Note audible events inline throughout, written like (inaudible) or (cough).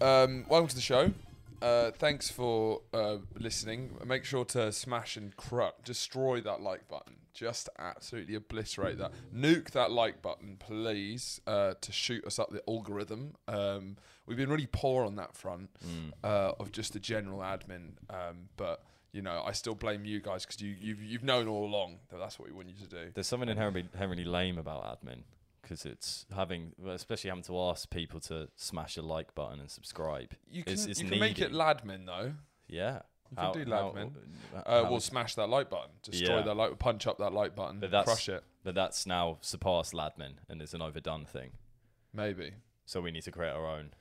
um, welcome to the show. Uh, thanks for uh, listening. Make sure to smash and crap, destroy that like button. Just absolutely obliterate that. Nuke that like button, please, uh, to shoot us up the algorithm. Um, we've been really poor on that front uh, of just the general admin, um, but you know, I still blame you guys because you, you've you've known all along that that's what we want you to do. There's something inherently, inherently lame about admin because it's having, well, especially having to ask people to smash a like button and subscribe. You can, It's- it's you can make it needy. ladmin though. Yeah. You can do Ladmin. how- Uh, how we'll is- smash that like button, destroy Yeah. that like, punch up that like button, But that's- crush it. but that's now surpassed Ladmin and it's an overdone thing. Maybe So we need to create our own.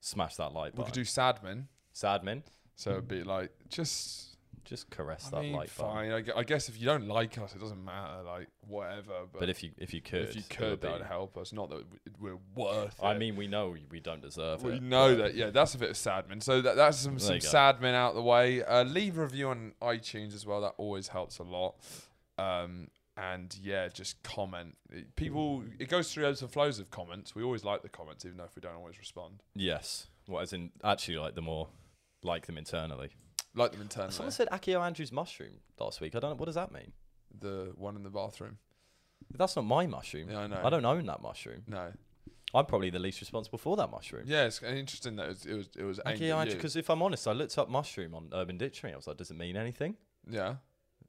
Smash that like we could button. do sadmin. Sadmin, So it'd be like just. just I caress Hmm. that mean, like button. fine. I, gu- I guess if you don't like us, it doesn't matter. Like whatever. But, But, if you if you could, if you it could, would that would be- help us. Not that we- we're worth. I it. mean, we know we don't deserve We it. know but that, yeah, that's a bit of sadmin. So that, that's some, There some you go. sadmin out the way. Uh, leave a review on iTunes as well. That always helps a lot. Um, and yeah, just comment. It- People, it goes through ebbs and flows of comments. We always like the comments, even though if we don't always respond. Yes. Well, as in actually like the more like them internally. Like them internally. Someone said Akio Andrews mushroom last week. I don't. What does that mean? the one in the bathroom. That's not my mushroom. Yeah, I know. I don't own that mushroom. No. I'm probably the least responsible for that mushroom. Yeah, it's interesting that it was it was, it was aimed Akio at Andrews. you. Because if I'm honest, I looked up mushroom on Urban Dictionary. I was like, does it mean anything? Yeah.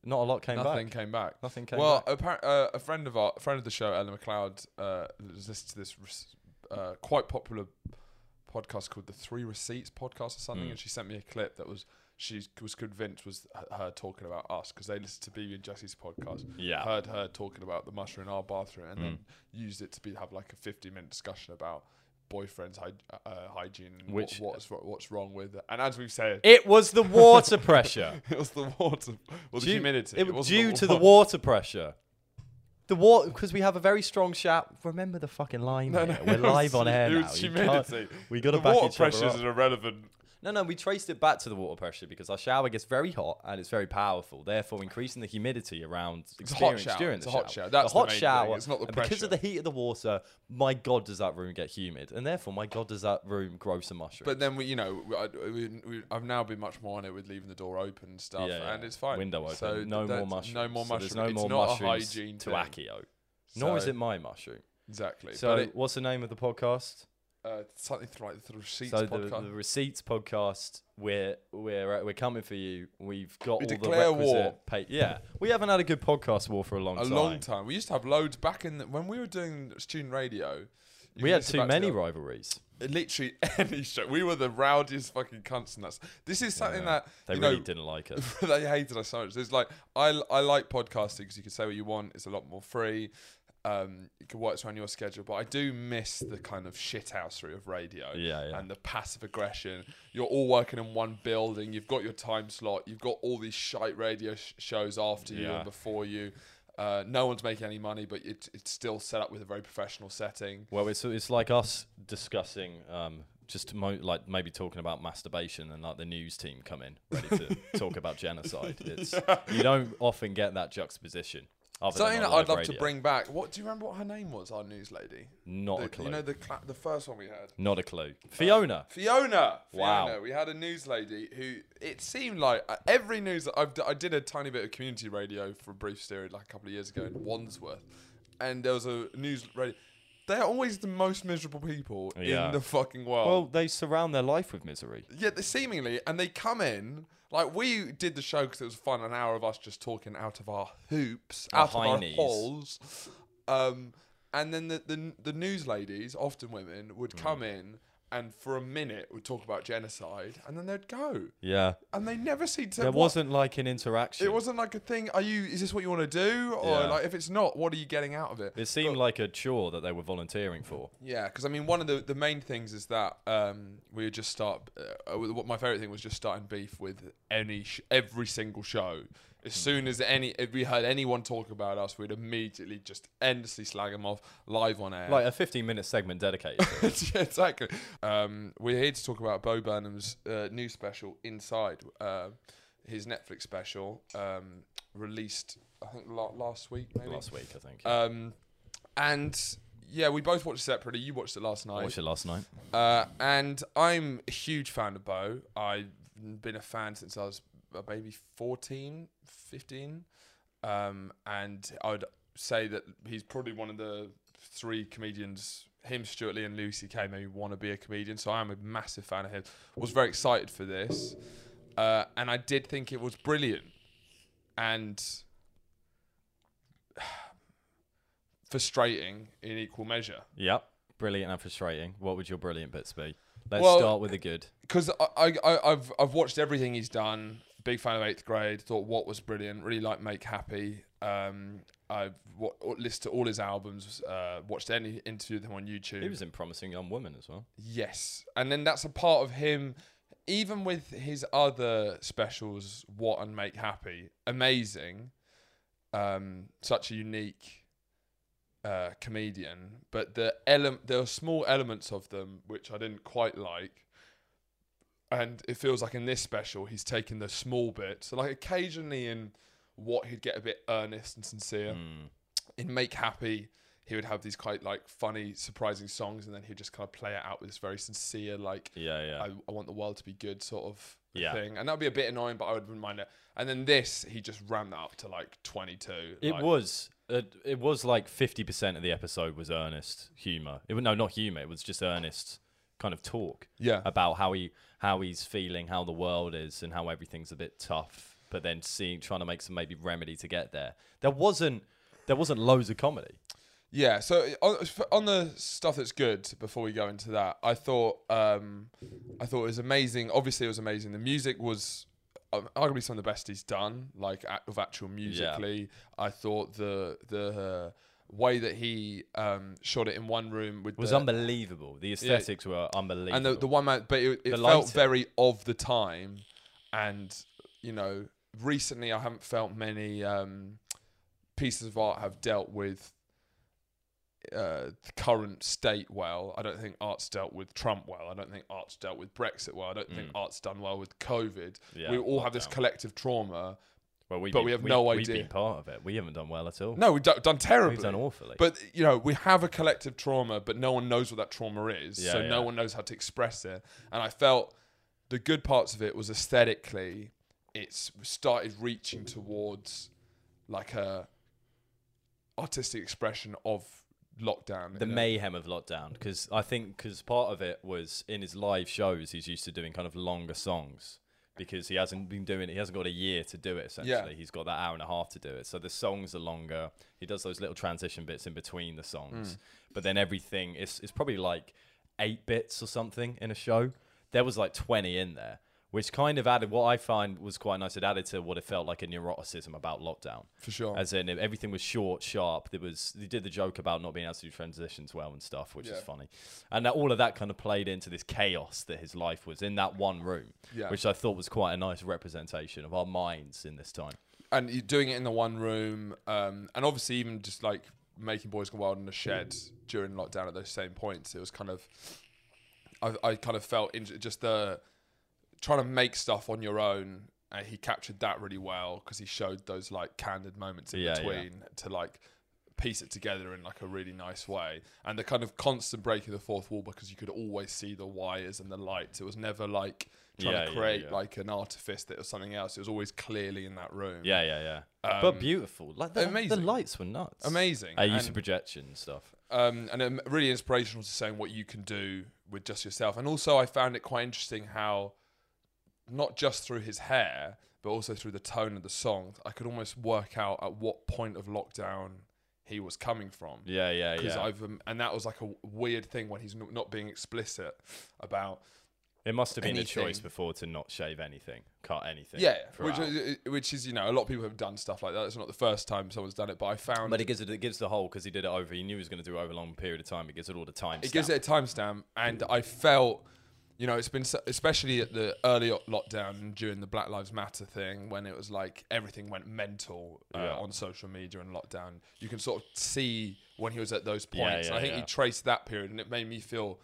Not a lot came Nothing back. came back. Nothing came well, back. appar- uh, a friend of our a friend of the show, Ellen McLeod, uh, listens to this res- uh, quite popular podcast called the Three Receipts Podcast or something, Mm. and she sent me a clip that was she was convinced was h- her talking about us because they listened to BB and Jesse's podcast, Yeah. Hmm. heard her talking about the mushroom in our bathroom, and then used it to be have like a fifty minute discussion about boyfriends' hy- uh, hygiene, and Which- what, what's what's wrong with it, and as we've said. (laughs) It- It was (laughs) the water pressure. was the water, well, the Due- humidity. It, was was due to the water pressure. The water, because we have a very strong shout. Remember the fucking line. No, here. no, We're it was live on hu- air it now. was You can't- humidity. We got to the back water each other pressures up. are irrelevant. No, no, we traced it back to the water pressure because our shower gets very hot and it's very powerful, therefore increasing the humidity around It's a hot experience shower. during It's the a shower. hot shower. That's the the hot main thing. shower. It's not the and because of the pressure. heat of the water, my god, does that room get humid, and therefore, my god, does that room grow some mushrooms? But then we, you know, we, I, we, we, I've now been much more on it with leaving the door open and stuff, Yeah, yeah. uh, and it's fine. Window open. So no that- more mushrooms. No more So mushrooms. there's no it's more not a mushrooms hygiene to thing. Accio. Nor is So- it my mushroom. Exactly. So, but it, what's the name of the podcast? uh, something th- like the receipts so the, podcast. the receipts podcast we're we're we're coming for you we've got We all the declare requisite war. pa- yeah we haven't had a good podcast war for a long a time long time. We used to have loads back in the, when we were doing student radio. you we could had listen too back to many the- rivalries Literally (laughs) any show. We were the rowdiest fucking cunts, and that's this is something Yeah. that they you really know, didn't like us (laughs) they hated us so much. There's like I I like podcasting because you can say what you want. It's a lot more free. Um, you can work around your schedule, but I do miss the kind of shithousery of radio Yeah, yeah. and the passive aggression. You're all working in one building. You've got your time slot. You've got all these shite radio sh- shows after you Yeah. and before you. Uh, no one's making any money, but it's it's still set up with a very professional setting. well it's it's like us discussing um just mo- like maybe talking about masturbation and like the news team come in (laughs) ready to talk about genocide it's you don't often get that juxtaposition other Something than that on I'd live love to radio. bring back. What do you remember? What her name was? Our news lady. not The- a clue You know the Oh. cla- the first one we had. not a clue Fiona Fiona. Wow. Fiona. We had a news lady who it seemed like uh, every news I've d- I did a tiny bit of community radio for a brief period like a couple of years ago in Wandsworth, and there was a news radio. They're always the most miserable people Yeah. in the fucking well world. they surround their life with misery Yet they seemingly, and they come in like we did the show because it was fun, an hour of us just talking out of our hoops, Our out of our heinies. holes. Um, and then the, the the news ladies, often women, Hmm. would come in and for a minute would talk about genocide, and then they'd go, yeah and they never seemed to. there what- wasn't like an interaction It wasn't like a thing. Are you? Is this what you want to do? Or Yeah. like, if it's not, what are you getting out of it? It seemed like a chore that they were volunteering for. Yeah, because I mean, one of the, the main things is that um, we would just start. Uh, with- what my favorite thing was just starting beef with any sh- every single show. As Hmm. soon as any if we heard anyone talk about us, we'd immediately just endlessly slag them off live on air. (laughs) Like a 15 minute segment dedicated. to it. Yeah, exactly. Um, we're here to talk about Bo Burnham's uh, new special, Inside. Uh, his Netflix special um, (laughs) released, I think, la- last week. Maybe Last week, I think. um, and yeah, we both watched it separately. You watched it last I night. watched it last night. Uh, and I'm a huge fan of Bo. I've been a fan since I was uh, maybe 14, 15. Um, and I would say that he's probably one of the three comedians, him, Stuart Lee, and Lucy K, maybe want to be a comedian. So I'm a massive fan of him. Was very excited for this. Uh, and I did think it was brilliant. And (sighs) frustrating in equal measure. Yep. Brilliant and frustrating. What would your brilliant bits be? Let's Well- start with the good. because I, I I've I've watched everything he's done. Big fan of Eighth Grade. Thought what was brilliant. Really like Make Happy. Um, I've wa listened to all his albums. Uh, watched any interview with him on YouTube. He was in Promising Young Woman as well. Yes. And then that's a part of him, even with his other specials, What and Make Happy, amazing. Um, such a unique uh, comedian. But the ele- there are small elements of them which I didn't quite like. And it feels like in this special, he's taken the small bits. So, like, occasionally in what he'd get a bit earnest and sincere Mm. in Make Happy, he would have these quite like funny, surprising songs, and then he'd just kind of play it out with this very sincere, like Yeah, yeah. I, I want the world to be good sort of Yeah. thing. And that'd be a bit annoying, but I wouldn't mind it. And then this, he just ran that up to like twenty two. It like, was. It, it was like fifty percent of the episode was earnest humor. It was no, not humor. It was just earnest kind of talk yeah, about how he how he's feeling, how the world is, and how everything's a bit tough. But then seeing trying to make some maybe remedy to get there. There wasn't there wasn't loads of comedy. yeah. So on, on the stuff that's good, before we go into that, I thought um, I thought it was amazing. Obviously, it was amazing. The music was. um, Arguably some of the best he's done, like a- of actual musically. I thought the the uh, way that he um, shot it in one room with It was the, unbelievable. The aesthetics were unbelievable. and the, the one man, but it, it The felt lighting. very of the time, and you know, recently I haven't felt many um, pieces of art have dealt with uh, the current state well. I don't think art's dealt with Trump well. I don't think art's dealt with Brexit well. I don't think art's done well with COVID. Mm. Yeah, we all have this lockdown. collective trauma. well, we've but been- we have no We've idea. been part of it. We haven't done well at all. No, we've do- done terribly. we've done awfully. But you know, we have a collective trauma, but no one knows what that trauma is, so Yeah, no yeah. one knows how to express it. And I felt the good parts of it was aesthetically, it's started reaching towards like a artistic expression of lockdown. the in a- mayhem of lockdown because I think because part of it was in his live shows he's used to doing kind of longer songs because he hasn't been doing he hasn't got a year to do it essentially he's got that hour and a half to do it so the songs are longer he does those little transition bits in between the songs but then everything it's it's probably like eight bits or something in a show there was like 20 in there which kind of added what I find was quite nice it added to what it felt like a neuroticism about lockdown for sure. as in, everything was short, sharp. There was they did the joke about not being able to do transitions well and stuff, which Yeah. is funny. And that, all of that kind of played into this chaos that his life was in that one room, Yeah. which I thought was quite a nice representation of our minds in this time. and you're doing it in the one room, um, and obviously even just like making boys go wild in the shed during lockdown at those same points, it was kind of, I, I kind of felt in just the trying to make stuff on your own. And he captured that really well because he showed those like candid moments in Yeah, yeah. between to like piece it together in like a really nice way. And the kind of constant breaking the fourth wall because you could always see the wires and the lights. It was never like trying Yeah, to yeah, create yeah. like an artifice that was something else. It was always clearly in that room. Yeah, yeah, yeah. but beautiful, like the, the Um, amazing. lights were nuts. Amazing. I used and, to projection and stuff. um, and um, really inspirational to saying what you can do with just yourself. And also, I found it quite interesting how, not just through his hair, but also through the tone of the song, I could almost work out at what point of lockdown he was coming from. Yeah, yeah, Because yeah. I've um, and that was like a w- weird thing when he's n- not being explicit about it must have been anything. a choice before to not shave anything, cut anything. yeah, which throughout. is, uh, which is you know a lot of people have done stuff like that. It's not the first time someone's done it, but I found but it gives it, it gives the whole because he did it over. He knew he was going to do it over a long period of time. It gives it all the time. it gives it a timestamp, and I felt, you know, it's been so, especially at the early o- lockdown and during the Black Lives Matter thing when it was like everything went mental uh, Yeah. on social media and lockdown. You can sort of see when he was at those Yeah, points. and I yeah, think he yeah. traced that period, and it made me feel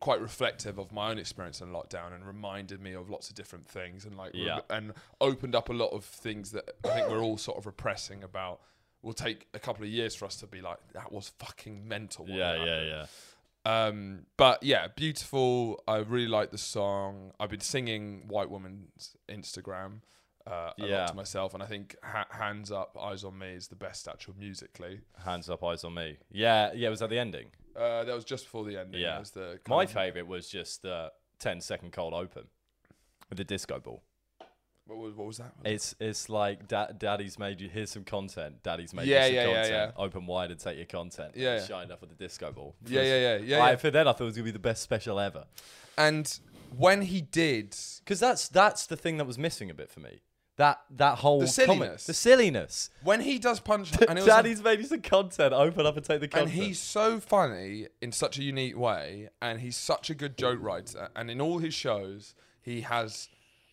quite reflective of my own experience in lockdown and reminded me of lots of different things and like Yeah. and opened up a lot of things that I think we're all sort of repressing about will take a couple of years for us to be like, that was fucking mental. what yeah, happened." yeah, yeah. Um, but yeah, beautiful. I really like the song. I've been singing White Woman's Instagram uh, a Yeah. lot to myself, and I think ha- Hands Up, Eyes on Me is the best actual musically. Hands up, eyes on me. Yeah, yeah. Was that the ending? Uh, that was just before the ending. Yeah. That was the kind My of- favorite was just the 10 second cold open with the disco ball. what, was, what was that? It's it's like da- daddy's made you here's some content. Daddy's made Yeah, you some yeah, yeah, content. Open wide and take your content. Yeah, Yeah, yeah. shined up with the disco ball. yeah, yeah, yeah, yeah, I, yeah. For then, I thought it was gonna be the best special ever. And when he did, Because that's that's the thing that was missing a bit for me. That that whole comment- silliness. the silliness. when he does (laughs) punch, and it was a Daddy's made you some content. Open up and take the and content. he's so funny in such a unique way and he's such a good joke writer and in all his shows he has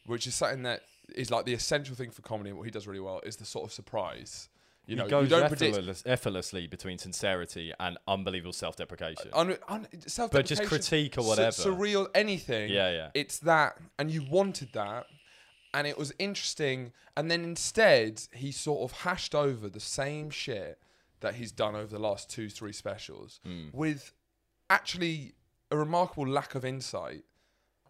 which is something that is like the essential thing for comedy and what he does really well is the sort of surprise you know he you goes don't predict effortless, effortlessly between sincerity and unbelievable self-deprecation. un, un, but just self-deprecation, critique or su- whatever. surreal anything Yeah, yeah. it's that and you wanted that and it was interesting and then instead he sort of hashed over the same shit that he's done over the last two three specials Hmm. with actually a remarkable lack of insight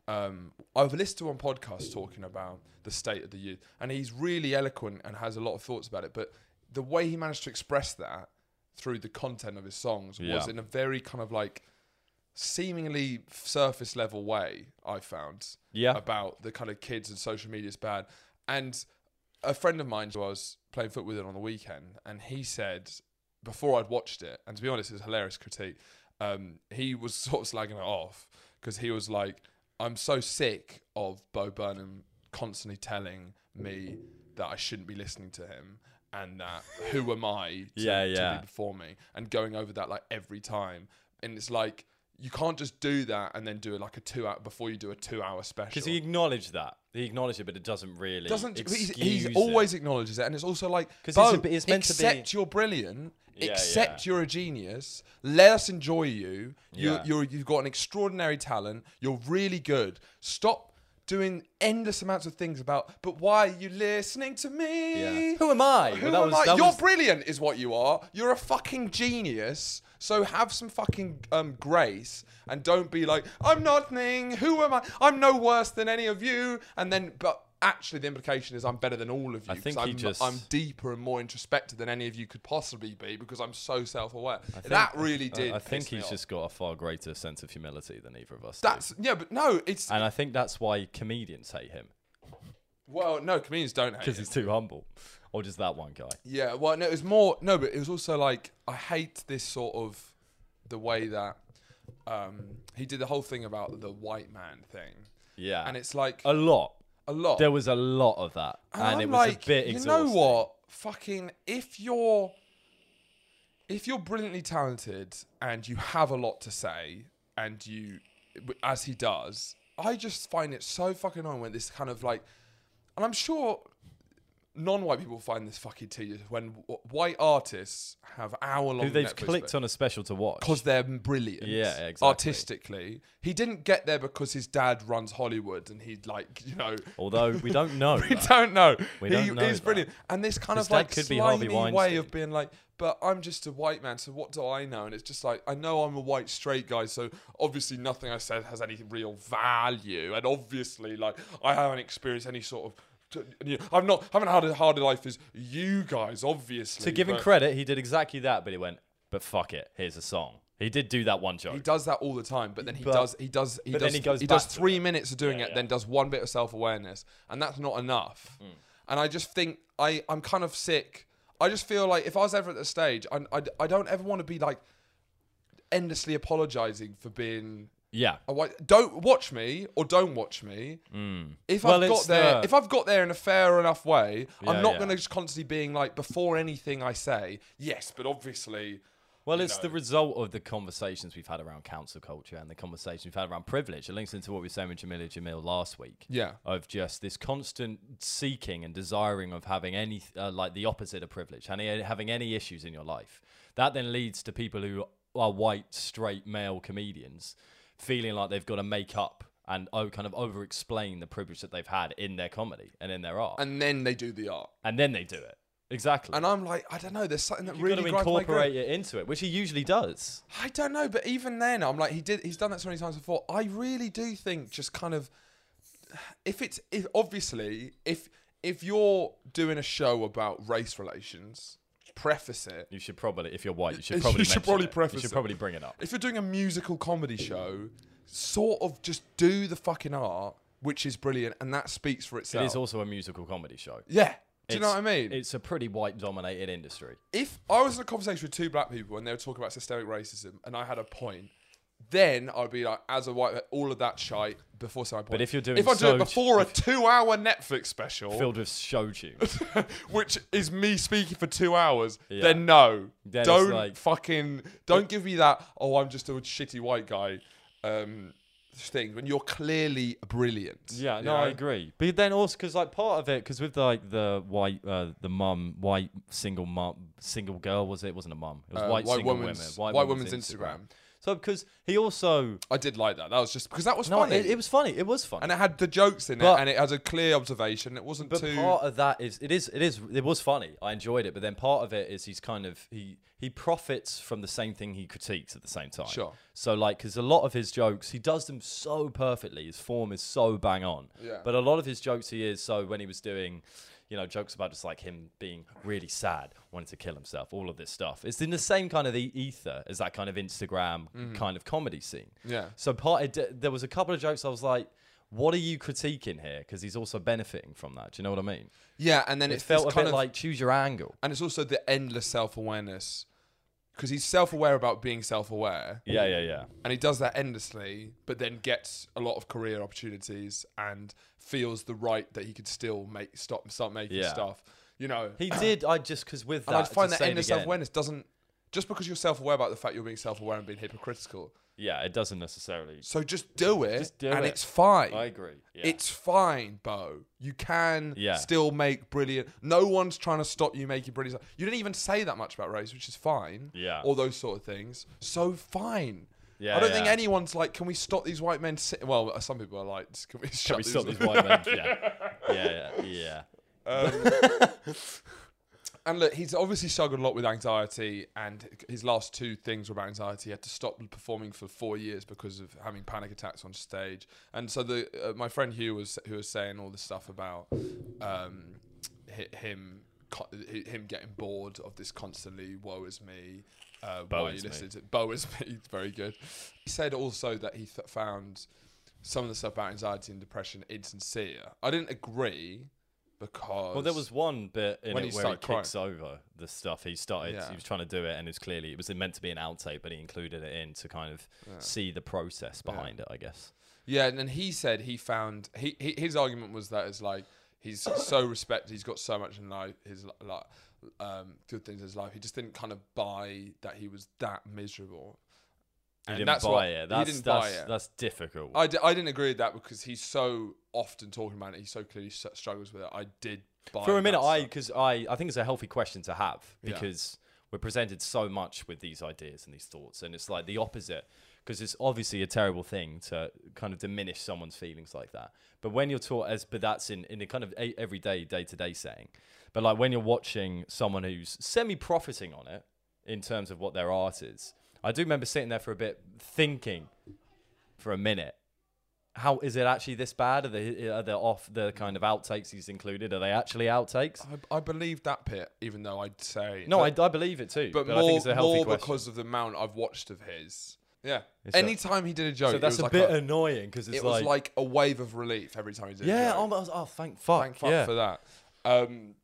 um, I've listened to one podcast talking about the state of the youth, and he's really eloquent and has a lot of thoughts about it. But the way he managed to express that through the content of his songs was Yeah. in a very kind of like seemingly surface level way. I found Yeah. about the kind of kids and social media is bad. And a friend of mine who I was playing foot with it on the weekend, and he said before I'd watched it, and to be honest, it's a hilarious critique. Um, he was (laughs) sort of slagging it off because he was like, "I'm so sick of Bo Burnham constantly telling me that I shouldn't be listening to him." And that who am I to, Yeah, to yeah. be before me? And going over that like every time, and it's like you can't just do that and then do it like a two hour before you do a two hour special. Because he acknowledged that. He acknowledged it, but it doesn't really. doesn't excuse he's, he's it. always acknowledges it and it's also like 'Cause Bo, it's a- it's meant to be- accept you're brilliant Yeah, accept you're a genius let us enjoy you you Yeah. you're, you've got an extraordinary talent you're really good stop doing endless amounts of things about but why are you listening to me Yeah. Who am I? who Well, that am was- I? that you're was- brilliant is what you are you're a fucking genius so have some fucking um, grace and don't be like i'm nothing who am i i'm no worse than any of you and then but actually the implication is i'm better than all of you I 'cause think he I'm, just- I'm deeper and more introspective than any of you could possibly be because i'm so self-aware that really did I, I think piss me he's off. just got a far greater sense of humility than either of us. do. that's yeah but no it's and I think that's why comedians hate him well no comedians don't hate because him. he's too humble, or just that one guy. Yeah, well, no, it was more no, but it was also like I hate this sort of the way that um he did the whole thing about the white man thing, Yeah, and it's like a lot. a lot. There was a lot of that, and, I'm it was like, a bit you exhausting. know what? Fucking if you're if you're brilliantly talented and you have a lot to say and you as he does, I just find it so fucking annoying when this kind of like, and I'm sure non-white people find this fucking tedious when w- white artists have hour-long Who they've Netflix clicked on a special to watch? because they're brilliant. Yeah, exactly. Artistically, he didn't get there because his dad runs Hollywood and he'd like you know Although (laughs) we don't know. we that. don't know. We he don't know is that. brilliant. And this kind His of dad like could be Harvey slimy way Weinstein. of being like, but I'm just a white man, so what do I know? And it's just like, I know I'm a white straight guy, so obviously nothing I said has any real value. And obviously, like, I haven't experienced any sort of. you know, I'm not. haven't had a harder life as you guys, obviously. to give him but credit, he did exactly that, but he went, "But fuck it, here's a song." He did do that one joke. he does that all the time, but then he But- does. He does. He but does. then he goes does back to three minutes of doing Yeah, it, yeah. Mm. then does one bit of self awareness, and that's not enough. And I just think I I'm kind of sick. I just feel like if I was ever at the stage, I I, I don't ever want to be like endlessly apologizing for being. yeah, A white, don't watch me or don't watch me. If Well, I've got it's there, the- if I've got there in a fair enough way, Yeah, I'm not yeah. going to just constantly being like before anything I say. Yes, but obviously, Well, it's the result of the conversations we've had around council culture and the conversations we've had around privilege. It links into what we were saying with Jamila Jamil last week. Yeah. Of just this constant seeking and desiring of having any, uh, like the opposite of privilege, any, having any issues in your life. That then leads to people who are white, straight, male comedians feeling like they've got to make up and oh, kind of over explain the privilege that they've had in their comedy and in their art. And, and then they do the art. then they do it. Exactly. And I'm like, I don't know. There's something that You've really got to grinds my incorporate growth. it into it, which he usually does. I don't know, but even then, I'm like, he did. He's done that so many times before. I really do think just kind of, if it's if obviously if if you're doing a show about race relations, preface it. You should probably, if you're white, (laughs) you You should probably should mention probably it. preface You should it. probably bring it up. If you're doing a musical comedy show, sort of just do the fucking art, which is brilliant, and that speaks for It itself. is also a musical comedy show. yeah. Do you know what I It's- mean? It's a pretty white-dominated industry. if I was in a conversation with two black people and they were talking about systemic racism and I had a point, then I'd be like, as a white, all of that shite before some point. But if you're doing if I do so- it (laughs) before a two-hour Netflix special, Filled with show tunes. which is me speaking for two hours, Yeah. then no, Then it's don't like- fucking, don't give me that. Oh, I'm just a shitty white guy. Um, thing when you're clearly brilliant. (laughs) Yeah, you no, I know? agree. But then also, because like part of it, because with like the white, uh, the mum, white single mum, single girl was it? it wasn't a mum. It was Uh, white, single women. woman's white woman's Instagram. So because he also I did like that. That was just because that was no, funny. it, it was funny. It was funny. and it had the jokes in it, But- and it has a clear observation. It wasn't but too. part of that is it is it is it was funny. I enjoyed it. But then part of it is he's kind of he he profits from the same thing he critiques at the same time. Sure. So like, because a lot of his jokes, he does them so perfectly. His form is so bang on. Yeah. But a lot of his jokes, he is so when he was doing, you know, jokes about just like him being really sad, wanting to kill himself, all of this stuff. It's in the same kind of the ether as that kind of Instagram Mm-hmm. kind of comedy scene. Yeah. So part it, d- there was a couple of jokes I was like. What are you critiquing here? Because he's also benefiting from that. Do you know what I mean? Yeah, and then It it's felt a this bit kind of, like choose your angle. and it's also the endless self awareness because he's self aware about being self aware, Yeah, yeah, yeah. and he does that endlessly, but then gets a lot of career opportunities and feels the right that he could still make stop start making Yeah. stuff. You know, He did. I just because with (clears throat) that, and I find to that say it endless again, self awareness doesn't just because you're self aware about the fact you're being self aware and being hypocritical. Yeah, it doesn't (clears throat) necessarily. So just do it, Just do and it. it's fine. I agree. Yeah. It's fine, Bo. You can Yeah. still make brilliant. No one's trying to stop you making brilliant. stuff. You didn't even say that much about race, which is fine. Yeah. All those sort of things. So fine. Yeah, I don't think yeah. anyone's like, can we stop these white men? Si-? Well, uh, some people are like, can we, Can shut we these (laughs) stop these white men? Yeah, yeah, yeah. yeah. And look, he's obviously struggled a lot with anxiety, and his last two things were about anxiety. He had to stop performing for four years because of having panic attacks on stage. And so, the uh, my friend Hugh was who was saying all this stuff about um, hi- him co- hi- him getting bored of this constantly "woe is me." Uh, Bo why is you me. listen to "Bo is (laughs) me"? Very good. He said also that he th- found some of the stuff about anxiety and depression insincere. I didn't agree because Well, there was one bit in When it he where he started crying. kicks over the stuff he started. Yeah. He was trying to do it, and it was clearly it was meant to be an outtake, but he included it in to kind of see the process behind it. I guess. Yeah, and then he said he found he, he his argument was that it's like he's so respected, he's got so much in life, his li- like um, good things in his life. He just didn't kind of buy that he was that miserable. He And didn't that's buy what- it. That's, he didn't that's, buy it. That's difficult. I, d- I didn't agree with that because he's so often talking about it. He so clearly s- struggles with it. I did buy for a that minute i stuff. because i i think it's a healthy question to have Yeah. because we're presented so much with these ideas and these thoughts and it's like the opposite because it's obviously a terrible thing to kind of diminish someone's feelings like that but when you're taught as but that's in in a kind of a, everyday day-to-day saying but like when you're watching someone who's semi-profiting on it in terms of what their art is i do remember sitting there for a bit thinking for a minute how is it actually this bad? Are the are the off the kind of outtakes he's included? Are they actually outtakes? I, I believe that bit, even though I'd say No, but- I, I believe it too. but, But, more I think it's a healthy more question. because of the amount I've watched of his. Yeah, It's a- anytime he did a joke, so that's it was a like bit a, annoying because it's it like, was like a wave of relief every time he did. a yeah, joke. oh, I was- oh, thank fuck, thank fuck yeah. for that. Um,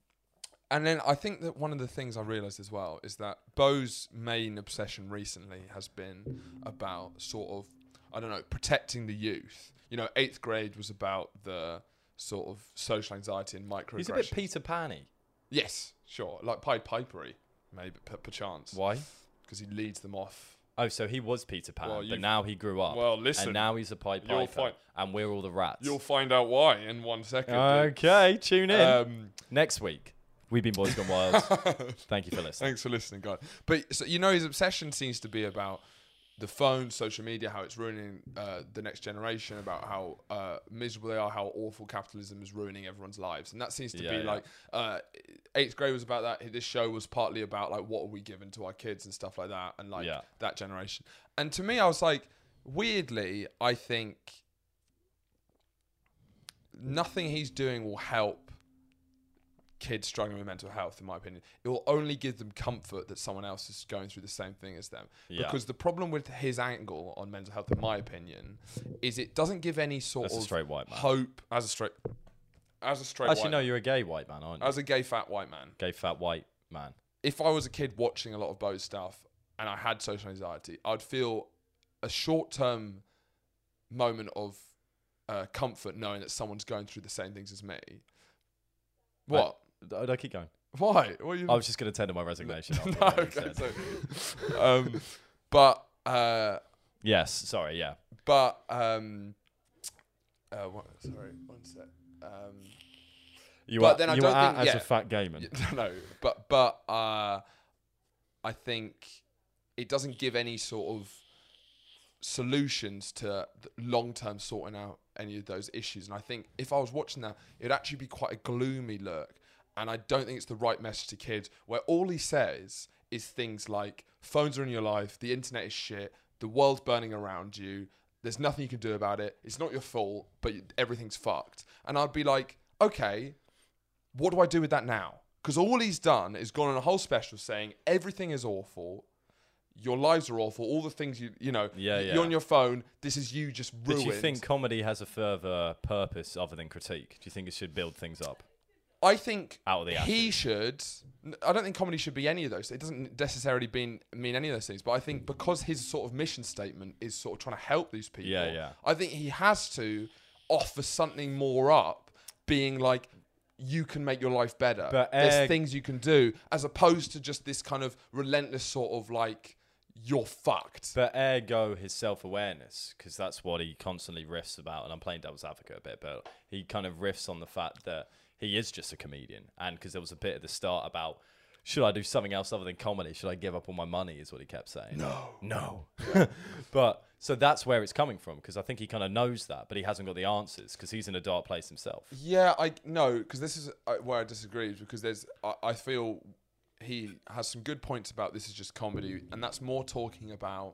and then I think that one of the things I realised as well is that Bo's main obsession recently has been about sort of, I don't know, protecting the youth. You know, eighth grade was about the sort of social anxiety and microaggression. He's a bit Peter Panny. yes, sure, like Pied Pipery, maybe per- perchance, Why? because he leads them off. Oh, so he was Peter Pan, Well, but you've- now he grew up. well, listen, and now he's a Pied you'll Piper, find- and we're all the rats. You'll find out why in one second. okay, tune in (laughs) Um, next week. We've been Boys (laughs) Gone Wild. Thank you for listening. Thanks for listening, guys. But so, you know, his obsession seems to be about the phone, social media, how it's ruining uh, the next generation, about how uh, miserable they are, how awful capitalism is ruining everyone's lives, and that seems to Yeah, be yeah. like uh, eighth grade was about that. This show was partly about like what are we giving to our kids and stuff like that, and like Yeah. that generation. And to me, I was like, weirdly, I think nothing he's doing will help kids struggling with mental health in my opinion it will only give them comfort that someone else is going through the same thing as them Yeah. because the problem with his angle on mental health in my opinion is it doesn't give any sort That's a of straight white man. hope as a straight as a straight Actually, white no, you're a gay white man, aren't you? as a gay fat white man gay fat white (laughs) man. if I was a kid watching a lot of Bo's stuff and I had social anxiety, I'd feel a short term moment of uh, comfort knowing that someone's going through the same things as me. What? I, I (laughs) keep going. Why? What are you? I was just going to tender my resignation. after (laughs) No, what you okay, said. so, um, but uh, (laughs) Yes, sorry, yeah. but um, uh, what, sorry, one sec. Um, You But are, then I you don't are think- out as yeah. a fat gay man. Yeah, (laughs) no, no, but but uh, I think it doesn't give any sort of solutions to long term sorting out any of those issues. And I think if I was watching that, it'd actually be quite a gloomy look. And I don't think it's the right message to kids. Where all he says is things like phones are in your life, the internet is shit, the world's burning around you. There's nothing you can do about it. It's not your fault, but everything's fucked. And I'd be like, okay, what do I do with that now? Because all he's done is gone on a whole special saying everything is awful, your lives are awful, all the things you you know, Yeah, y- yeah. you're on your phone. This is you just Did ruined. you think comedy has a further purpose other than critique? Do you think it should build things up? I think Out of the he should. n- I don't think comedy should be any of those. It doesn't necessarily mean mean any of those things. But I think because his sort of mission statement is sort of trying to help these people. Yeah, yeah. I think he has to offer something more up, being like, you can make your life better. But There's egg- things you can do, as opposed to just this kind of relentless sort of like, you're fucked. But ergo his self awareness, because that's what he constantly riffs about. And I'm playing devil's advocate a bit, but he kind of riffs on the fact that he is just a comedian. And because there was a bit at the start about should I do something else other than comedy? Should I give up all my money? Is what he kept saying. No, no. (laughs) but so that's where it's coming from because I think he kind of knows that, but he hasn't got the answers because he's in a dark place himself. Yeah, I no, because this is uh, where I disagree is because there's I, I feel he has some good points about this is just comedy, and that's more talking about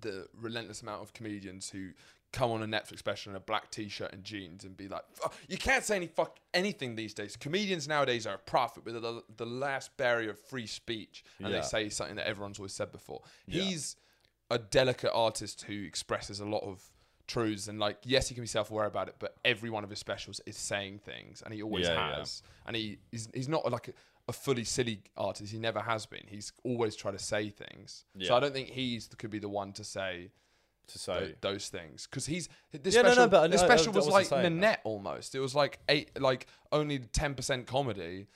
the relentless amount of comedians who come on a Netflix special in a black t-shirt and jeans and be like, "Fuck, you can't say any fuck anything these days. Comedians nowadays are a prophet with the, the last barrier of free speech, and Yeah. they say something that everyone's always said before. Yeah. He's a delicate artist who expresses a lot of truths and like yes he can be self-aware about it but every one of his specials is saying things and he always Yeah, yeah. has and he he's, he's not like a, a fully silly artist he never has been he's always tried to say things so Yeah. i don't think he's could be the one to say To say, tho- those things because he's this Yeah, no, no, special, but I this know- I special was wasn't like saying that. Nanette almost. It was like eight, like only ten percent comedy.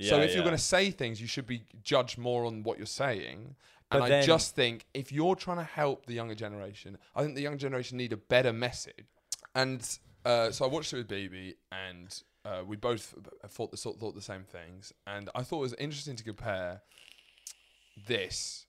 so Yeah, if you're yeah. going to say things, you should be judged more on what you're saying. And But I then- just think if you're trying to help the younger generation, I think the younger generation need a better message. And uh, so I watched it with BB, and uh, we both thought the sort thought the same things. And I thought it was interesting to compare this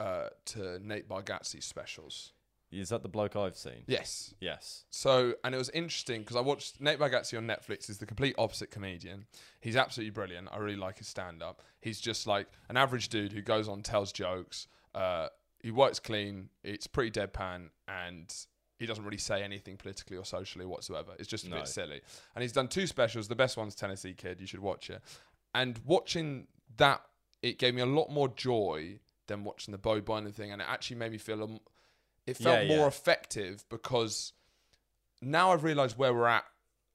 uh, to Nate Bargatze's specials. is that the bloke I've seen? Yes, Yes. so, and it was interesting because I watched Nate Bargatze on Netflix. Is the complete opposite comedian. He's absolutely brilliant. I really like his stand up. He's just like an average dude who goes on, tells jokes. Uh, he works clean. It's pretty deadpan, and he doesn't really say anything politically or socially whatsoever. It's just a No. bit silly. And he's done two specials. The best one's Tennessee Kid. You should watch it. And watching that, it gave me a lot more joy than watching the Bo Biden thing, and it actually made me feel. A, it felt Yeah, more yeah. effective because now I've realized where we're at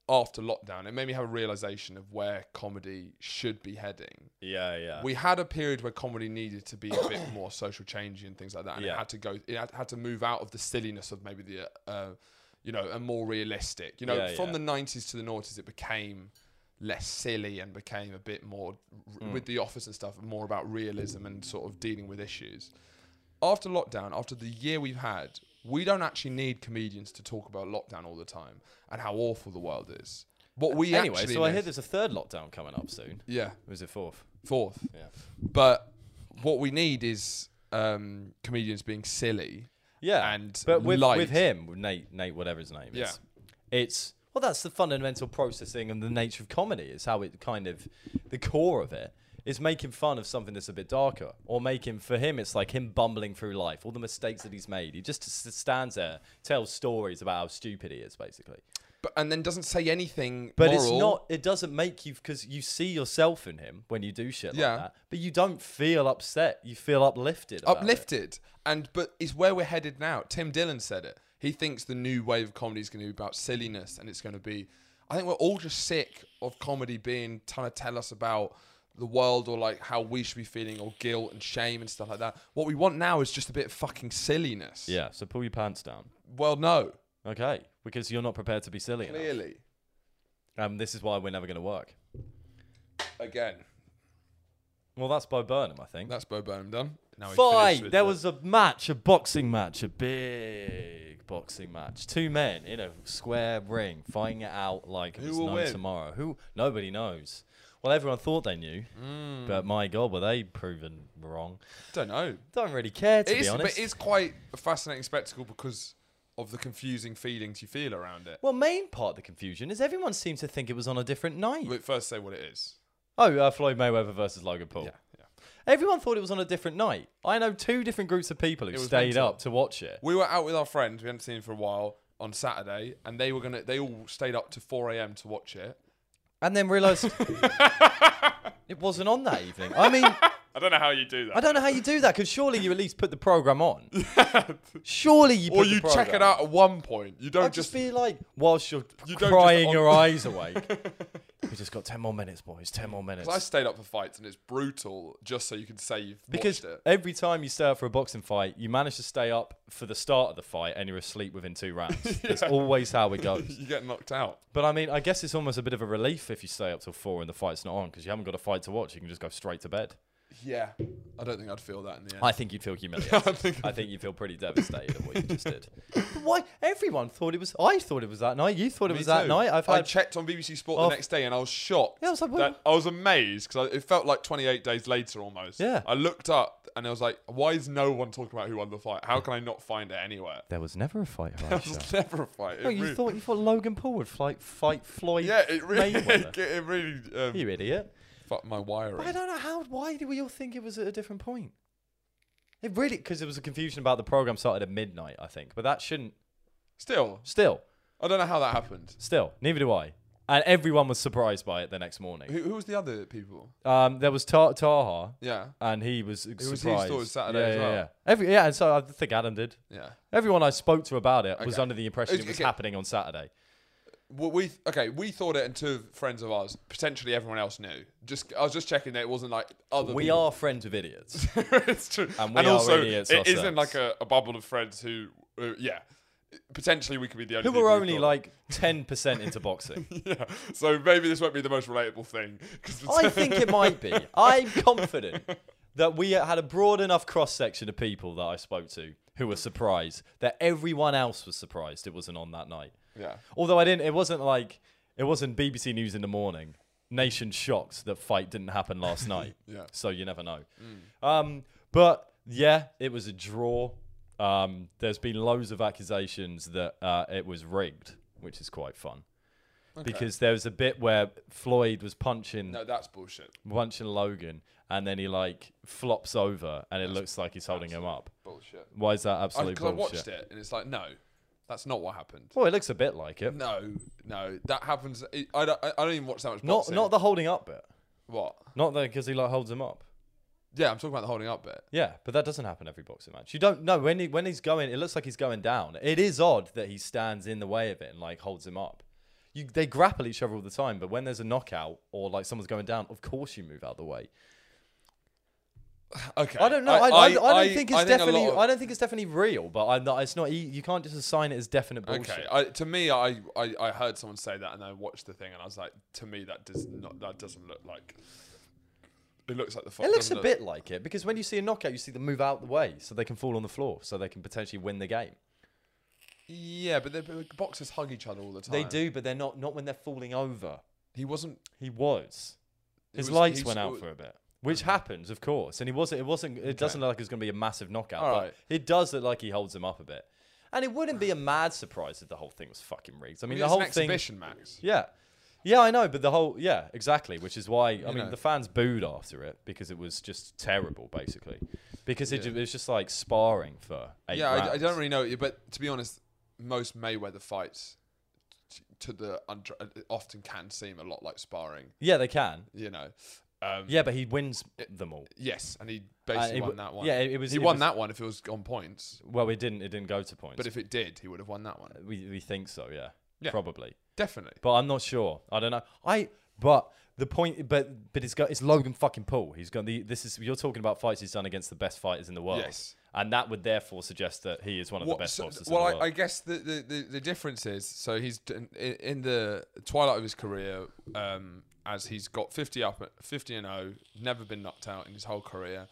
after lockdown. It made me have a realization of where comedy should be heading. Yeah, yeah. We had a period where comedy needed to be a bit (coughs) more social changey and things like that, and it Yeah. had to go. It had, had to move out of the silliness of maybe the, uh, you know, a more realistic. You know, Yeah, from yeah. the nineties to the noughties, it became less silly and became a bit more r- Mm. with the office and stuff, more about realism and sort of dealing with issues. After lockdown, after the year we've had, we don't actually need comedians to talk about lockdown all the time and how awful the world is. What we anyway, actually so I need- hear there's a third lockdown coming up soon. yeah Or is it fourth? fourth. Yeah. But what we need is um, comedians being silly Yeah, and but with light. with him, with Nate, Nate, whatever his name Yeah. is, it's well, that's the fundamental processing and the nature of comedy is how it kind of the core of it is making fun of something that's a bit darker or making for him it's like him bumbling through life all the mistakes that he's made he just s- stands there tells stories about how stupid he is basically but, and then doesn't say anything. but moral. it's not it doesn't make you because you see yourself in him when you do shit like Yeah. that but you don't feel upset you feel uplifted about it. uplifted. And but it's where we're headed now. Tim Dillon said it. He thinks the new wave of comedy is going to be about silliness, and it's going to be. I think we're all just sick of comedy being trying to tell us about the world or like how we should be feeling or guilt and shame and stuff like that. What we want now is just a bit of fucking silliness. yeah so pull your pants down Well, no, Okay, because you're not prepared to be silly. enough. clearly, Um, this is why we're never going to work. again, Well, that's by Burnham, I think. that's Bo Burnham done. Now we finish Fight. with There the- was a match, a boxing match, a big boxing match. Two men in a square ring fighting it out like it Who was will no win? tomorrow. Who? Nobody knows. Well, everyone thought they knew, Hmm. but my God, were they proven wrong? don't know. Don't really care to It be is, but honest. it is quite a fascinating spectacle because of the confusing feelings you feel around it. well, main part of the confusion is everyone seemed to think it was on a different night. But first, say what it is. Oh, uh, Floyd Mayweather versus Logan Paul. yeah. Everyone thought it was on a different night. I know two different groups of people who was stayed mental. up to watch it. We were out with our friends we hadn't seen for a while on Saturday, and they were gonna. They all stayed up to four a.m. to watch it. and then (laughs) realised it wasn't on that evening. I mean, I I don't know how you do that. don't know how you do that because surely you at least put the (laughs) program on. Surely you. Put or the you check programme it out at one point. You don't I'd just. just be like, whilst you're You don't just crying on- your (laughs) eyes awake. we just got ten more minutes, boys. Ten more minutes. I stayed up for fights, and it's brutal. Just so you can say you've because watched it. every time you stay up for a boxing fight, you manage to stay up for the start of the fight and you're asleep within two rounds. (laughs) That's always how it (laughs) goes. (laughs) You get knocked out. But I mean, I guess it's almost a bit of a relief if you stay up till four and the fight's not on because you haven't got a fight to watch. You can just go straight to bed. Yeah, I don't think I'd feel that in the end. I think you'd feel humiliated. (laughs) I think, you'd feel pretty devastated at what you just did. But (laughs) why? Everyone thought it was. I thought it was that night. You thought it Me was that too. night. I've I had. checked on BBC Sport Oh. the next day, and I was shocked. Yeah, I was like, what- that- I was amazed because it felt like 28 days later almost. Yeah. I looked up, and I was like, why is no one talking about who won the fight? How can I not find it anywhere? (laughs) there was (laughs) never a fight, It was never a fight. It No, you really- thought you thought Logan Paul would fight fight Floyd Yeah, it really, Mayweather. (laughs) it, it really um, (laughs) you idiot! fucked my But I wiring. don't know how. Why did we all think it was at a different point? It really because there was a confusion about the program started at midnight, I think. But that shouldn't. Still, Still, I don't know how that happened. still, neither do I. And everyone was surprised by it the next morning. Who, who was the other people? Um, there was Ta- Taha, Yeah, and he was surprised. was- he thought it was Saturday yeah, as yeah, well. Yeah, Every, yeah, and so I think Adam did. yeah. Everyone I spoke to about it was Okay. under the impression it Okay, was okay. happening on Saturday. We, we okay. We thought it, and two friends of ours, potentially everyone else knew. Just I was just checking that it wasn't like other. We people. are friends with idiots. (laughs) it's true. And we are also, idiots it is in ourselves. like a, a bubble of friends who, uh, yeah, potentially we could be the only who people were only thought- like 10% into boxing. Yeah. So maybe this won't be the most relatable thing. 'cause I think it might be. I'm confident that we had a broad enough cross section of people that I spoke to who were surprised that everyone else was surprised it wasn't on that night. Yeah. Although I didn't, it wasn't like it wasn't BBC News in the morning. Nation shocked that fight didn't (laughs) happen last night. Yeah. Mm. So you never know. Um, but yeah, it was a draw. Um, there's been loads of accusations that uh, it was rigged, which is quite fun. Because there was a bit where Floyd was punching No, that's bullshit. punching Logan, and then he like flops over, and it looks like he's holding him up. Bullshit. Why is that absolute Because I, bullshit? watched it and it's like, no, that's not what happened. Well, it looks a bit like it. No, no, that happens. I I don't, I don't even watch that much Not boxing. not the holding up bit. what? Not that because he like holds him up. Yeah, I'm talking about the holding up bit. Yeah, but that doesn't happen every boxing match. You don't know when he, when he's going. It looks like he's going down. It is odd that he stands in the way of it and like holds him up. You, they grapple each other all the time, but when there's a knockout or like someone's going down, of course you move out of the way. Okay, I don't know. I, I, I, don't think it's I a lot definitely. of- I don't think it's definitely real, but I'm not, it's not. e- You can't just assign it as definite bullshit. Okay, I, to me, I, I, I heard someone say that, and I watched the thing, and I was like, to me, that does not that doesn't look like. It looks like the. Fuck It looks a doesn't look- bit like it because when you see a knockout, you see them move out the way so they can fall on the floor, so they can potentially win the game. Yeah, but the but boxers hug each other all the time. They do, but they're not not when they're falling over. He wasn't. He was. it His was- lights he's- went it out was- for a bit. Which happens, of course, and he wasn't. It wasn't. It doesn't look like it's going to be a massive knockout, All but right. it does look like he holds him up a bit. And it wouldn't be a mad surprise if the whole thing was fucking rigged. I mean, It's the whole an thing. exhibition, Max. Yeah, yeah, I know, but the whole yeah, exactly. Which is why I mean, know. the fans booed after it because it was just terrible, basically, because it, ju- it was just like sparring for eight Yeah, I, I rounds. don't really know, but to be honest, most Mayweather fights t- to the under, often can seem a lot like sparring. Yeah, they can. You know. Um, Yeah, but he wins them all. Uh, Yes, and he basically it won w- that one. yeah, it- it was- He it won was- that one if it was on points. Well, it didn't. It didn't go to points. But if it did, he would have won that one. we, we think so, yeah, Yeah. probably. Definitely. But I'm not sure. I don't know. I but the point, but but it's got it's Logan fucking Paul. He's got the this is you're talking about fights he's done against the best fighters in the world. Yes. And that would therefore suggest that he is one of What- the best so- boxers well, in I, the world. I guess the, the, the, the difference is so he's d- in, in the twilight of his career, um, as he's got 50 up, 50 and 0, never been knocked out in his whole career,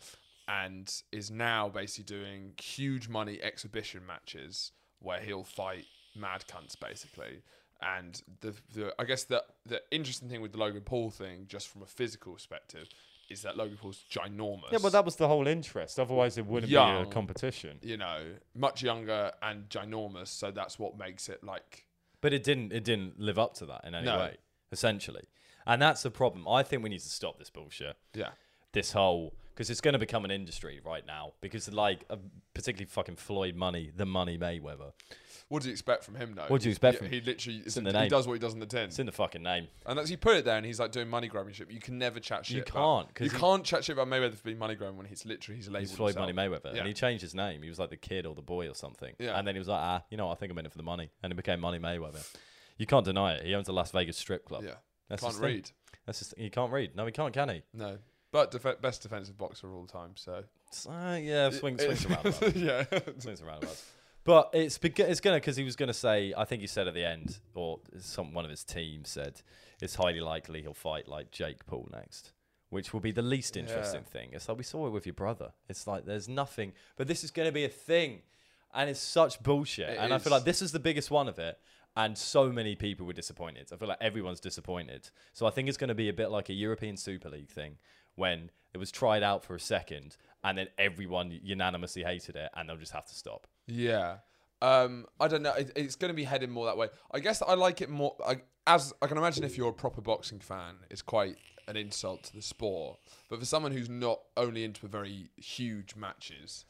and is now basically doing huge money exhibition matches where he'll fight mad cunts basically. And the, the I guess the the interesting thing with the Logan Paul thing, just from a physical perspective, is that Logan Paul's ginormous. yeah, but that was the whole interest. Otherwise, it wouldn't be Young. a competition. you know, much younger and ginormous. So that's what makes it like. But it didn't. It didn't live up to that in any No. way, essentially. And that's the problem. I think we need to stop this bullshit. Yeah. this whole because it's going to become an industry right now because like uh, particularly fucking Floyd Money, the Money Mayweather. What do you expect from him, though? What do you He, expect from- he literally in the he name. does what he does in the tin, It's in the fucking name. and that's he put it there, and he's like doing money grabbing shit. But you can never chat shit. You about- can't, 'cause you he- can't chat shit about Mayweather for being money grabbing when he's literally he's labeled It's Floyd himself. Money Mayweather, Yeah. and he changed his name. He was like the kid or the boy or something. Yeah. And then he was like, ah, you know, I think I'm in it for the money, and he became Money Mayweather. You can't deny it. He owns a Las Vegas strip club. Yeah, That's can't his thing. read. That's just he can't read. No, he can't, can he? No, but def- best defensive boxer of all time. So It's, uh, yeah, swing, swings around. (laughs) about. yeah, swings around about. But it's beg- it's gonna because he was gonna say I think he said at the end or some one of his team said it's highly likely he'll fight like Jake Paul next, which will be the least interesting thing. It's like we saw it with your brother. It's like there's nothing, but this is gonna be a thing, and it's such bullshit. It and I is. feel like this is the biggest one of it, and so many people were disappointed. I feel like everyone's disappointed. So I think it's gonna be a bit like a European Super League thing when it was tried out for a second and then everyone unanimously hated it and they'll just have to stop. yeah. Um, I don't know. It, it's going to be heading more that way. I guess I like it more. I, as I can imagine, if you're a proper boxing fan, it's quite an insult to the sport. But for someone who's not only into very huge matches,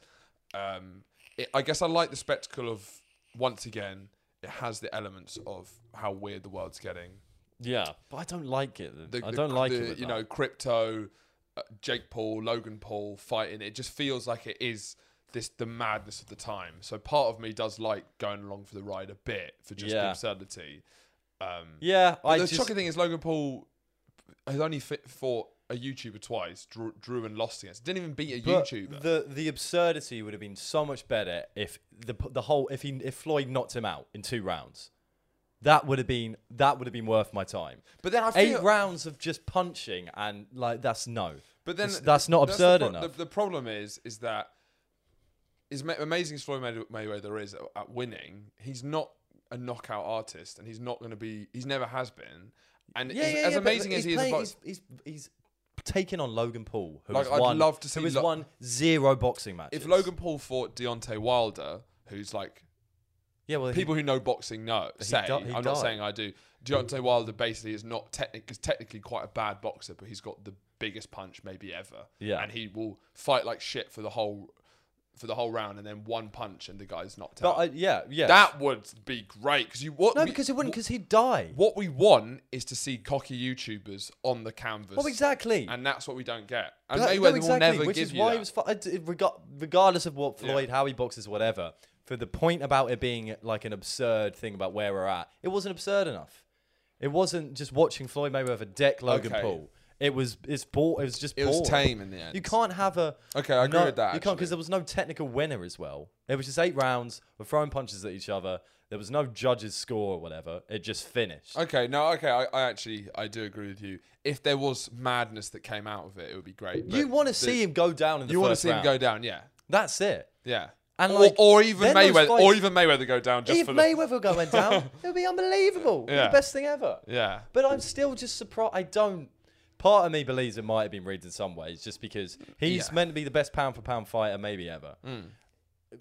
um, it, I guess I like the spectacle of once again it has the elements of how weird the world's getting. Yeah, but I don't like it. The, I the- don't like the, it. with You that. know, crypto, uh, Jake Paul, Logan Paul fighting. It just feels like it is this the madness of the time. So part of me does like going along for the ride a bit for just the Yeah. absurdity. Um, Yeah, I the just shocking thing is Logan Paul has only fit, fought a YouTuber twice, drew, drew and lost against. Didn't even beat a but YouTuber. The the absurdity would have been so much better if the the whole if he if Floyd knocked him out in two rounds. That would have been that would have been worth my time. but then I Eight feel. rounds of just punching and like that's no. But then It's- that's not the absurd pro- enough. The, the problem is, is that as ma- amazing as Floyd Maywe- Mayweather is at, at winning, he's not a knockout artist, and he's not going to be. He's never has been. And as, as but amazing as he's he is, a playing- box- he's, he's, he's taking on Logan Paul, who Like, has I'd won, love to see who has Lo- won zero boxing matches. if Logan Paul fought Deontay Wilder, who's like yeah, well, he- people who know boxing know say. di- he I'm not died. saying I do. Deontay Wilder basically is not technic- is technically quite a bad boxer, but he's got the biggest punch maybe ever. Yeah. and he will fight like shit for the whole for the whole round, and then one punch and the guy's knocked but out. I, yeah, yeah, That would be great because you what no, we- because he wouldn't, because he'd die. what we want is to see cocky YouTubers on the canvas. Well, exactly. and that's what we don't get. And That- Mayweather no, will never which give is you why that. it was fu- I d- rega- regardless of what Floyd, how he boxes, whatever. For the point about it being like an absurd thing about where we're at, it wasn't absurd enough. It wasn't just watching Floyd Mayweather deck Logan Okay. Paul. It was it's bo- It was just It was boring. tame in the end. You can't have a Okay, I agree no- with that, You can't actually. because there was no technical winner as well. It was just eight rounds of throwing punches at each other. There was no judges score or whatever. It just finished. Okay, no, okay, I, I actually I do agree with you. If there was madness that came out of it, it would be great. you want to see him go down in the you want to first see him round. go down, yeah, That's it. yeah, And or, like, or even then those Mayweather, or fights- even Mayweather go down just if for Mayweather go went (laughs) down, it would be unbelievable. It'd be Yeah. the best thing ever. the yeah. But I'm still just surprised. I don't. part of me believes it might have been Reigns in some ways, just because he's Yeah. Hmm. meant to be the best pound for pound fighter maybe ever.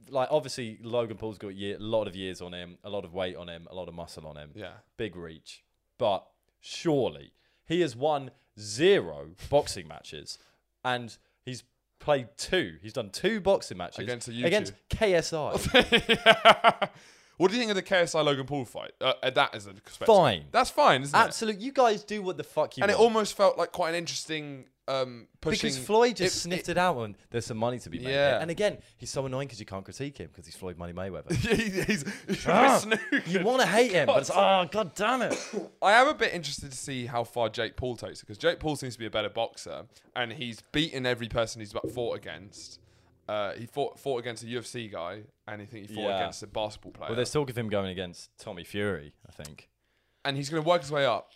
Like obviously Logan Paul's got a year, lot of years on him, a lot of weight on him, a lot of muscle on him, Yeah. (laughs) big reach. But surely he has won zero boxing matches, and he's played two. He's done two boxing matches Against a against KSI. What do you think of the KSI Logan Paul fight? Uh, uh, that is a perspective. Fine. That's fine, isn't it? Absolutely, you guys do what the fuck you And it want. almost felt like quite an interesting um, pushing. because Floyd just it- sniffed it, out, and there's some money to be made. here. Yeah. And again, he's so annoying because you can't critique him because he's Floyd Money (laughs) Mayweather. Yeah, he- he's, he's Ah, snookered. you want to hate him, but it's oh god (coughs) damn it. I am a bit interested to see how far Jake Paul takes it because Jake Paul seems to be a better boxer and he's beaten every person he's about fought against. Uh, he fought fought against a UFC guy and I think he fought Yeah. against a basketball player. Well, there's talk of him going against Tommy Fury, I think. and he's going to work his way up.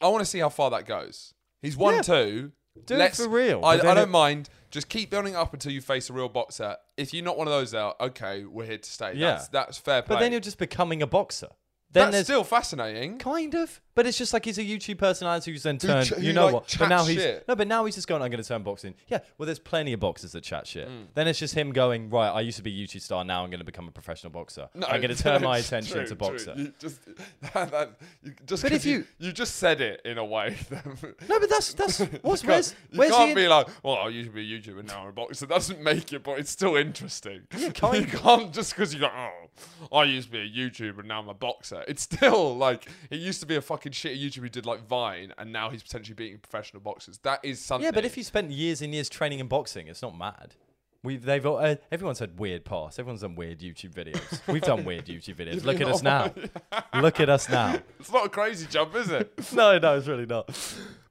I want to see how far that goes. He's one Yeah. two. Do it for real, I, but I then don't it- mind. Just keep building up until you face a real boxer. If you're not one of those out, okay, we're here to stay. Yeah. That's, that's fair play. But then you're just becoming a boxer. Then that's there's still fascinating. kind of, but it's just like he's a YouTube personality who's then turned. ch- who, you know like, what? But chats now he's shit. no, but now he's just going. I'm going to turn boxing. Yeah. Well, there's plenty of boxers that chat shit. Mm. Then it's just him going. Right. I used to be a YouTube star. Now I'm going to become a professional boxer. (laughs) I'm going to turn my it's attention true, to true. boxer. You just, (laughs) that, that, you just But 'cause if you, you- you just said it in a way. (laughs) that- No, but that's (laughs) that's what's you where's can't, you where's can't he? in- be like, well, I used to be a YouTuber now I'm a boxer. That doesn't make it, but it's still interesting. (laughs) You kind can't, just because you go, oh, I used to be a YouTuber now I'm a boxer. It's still like it used to be a fucking shitty YouTuber who did like Vine, and now he's potentially beating professional boxers. That is something. Yeah, but if you spent years and years training in boxing, it's not mad. We they've all- uh, everyone's had weird past. Everyone's done weird YouTube videos. We've done weird (laughs) YouTube videos. Look at us now. (laughs) Look at us now. it's not a crazy jump, is it? (laughs) no, no, it's really not.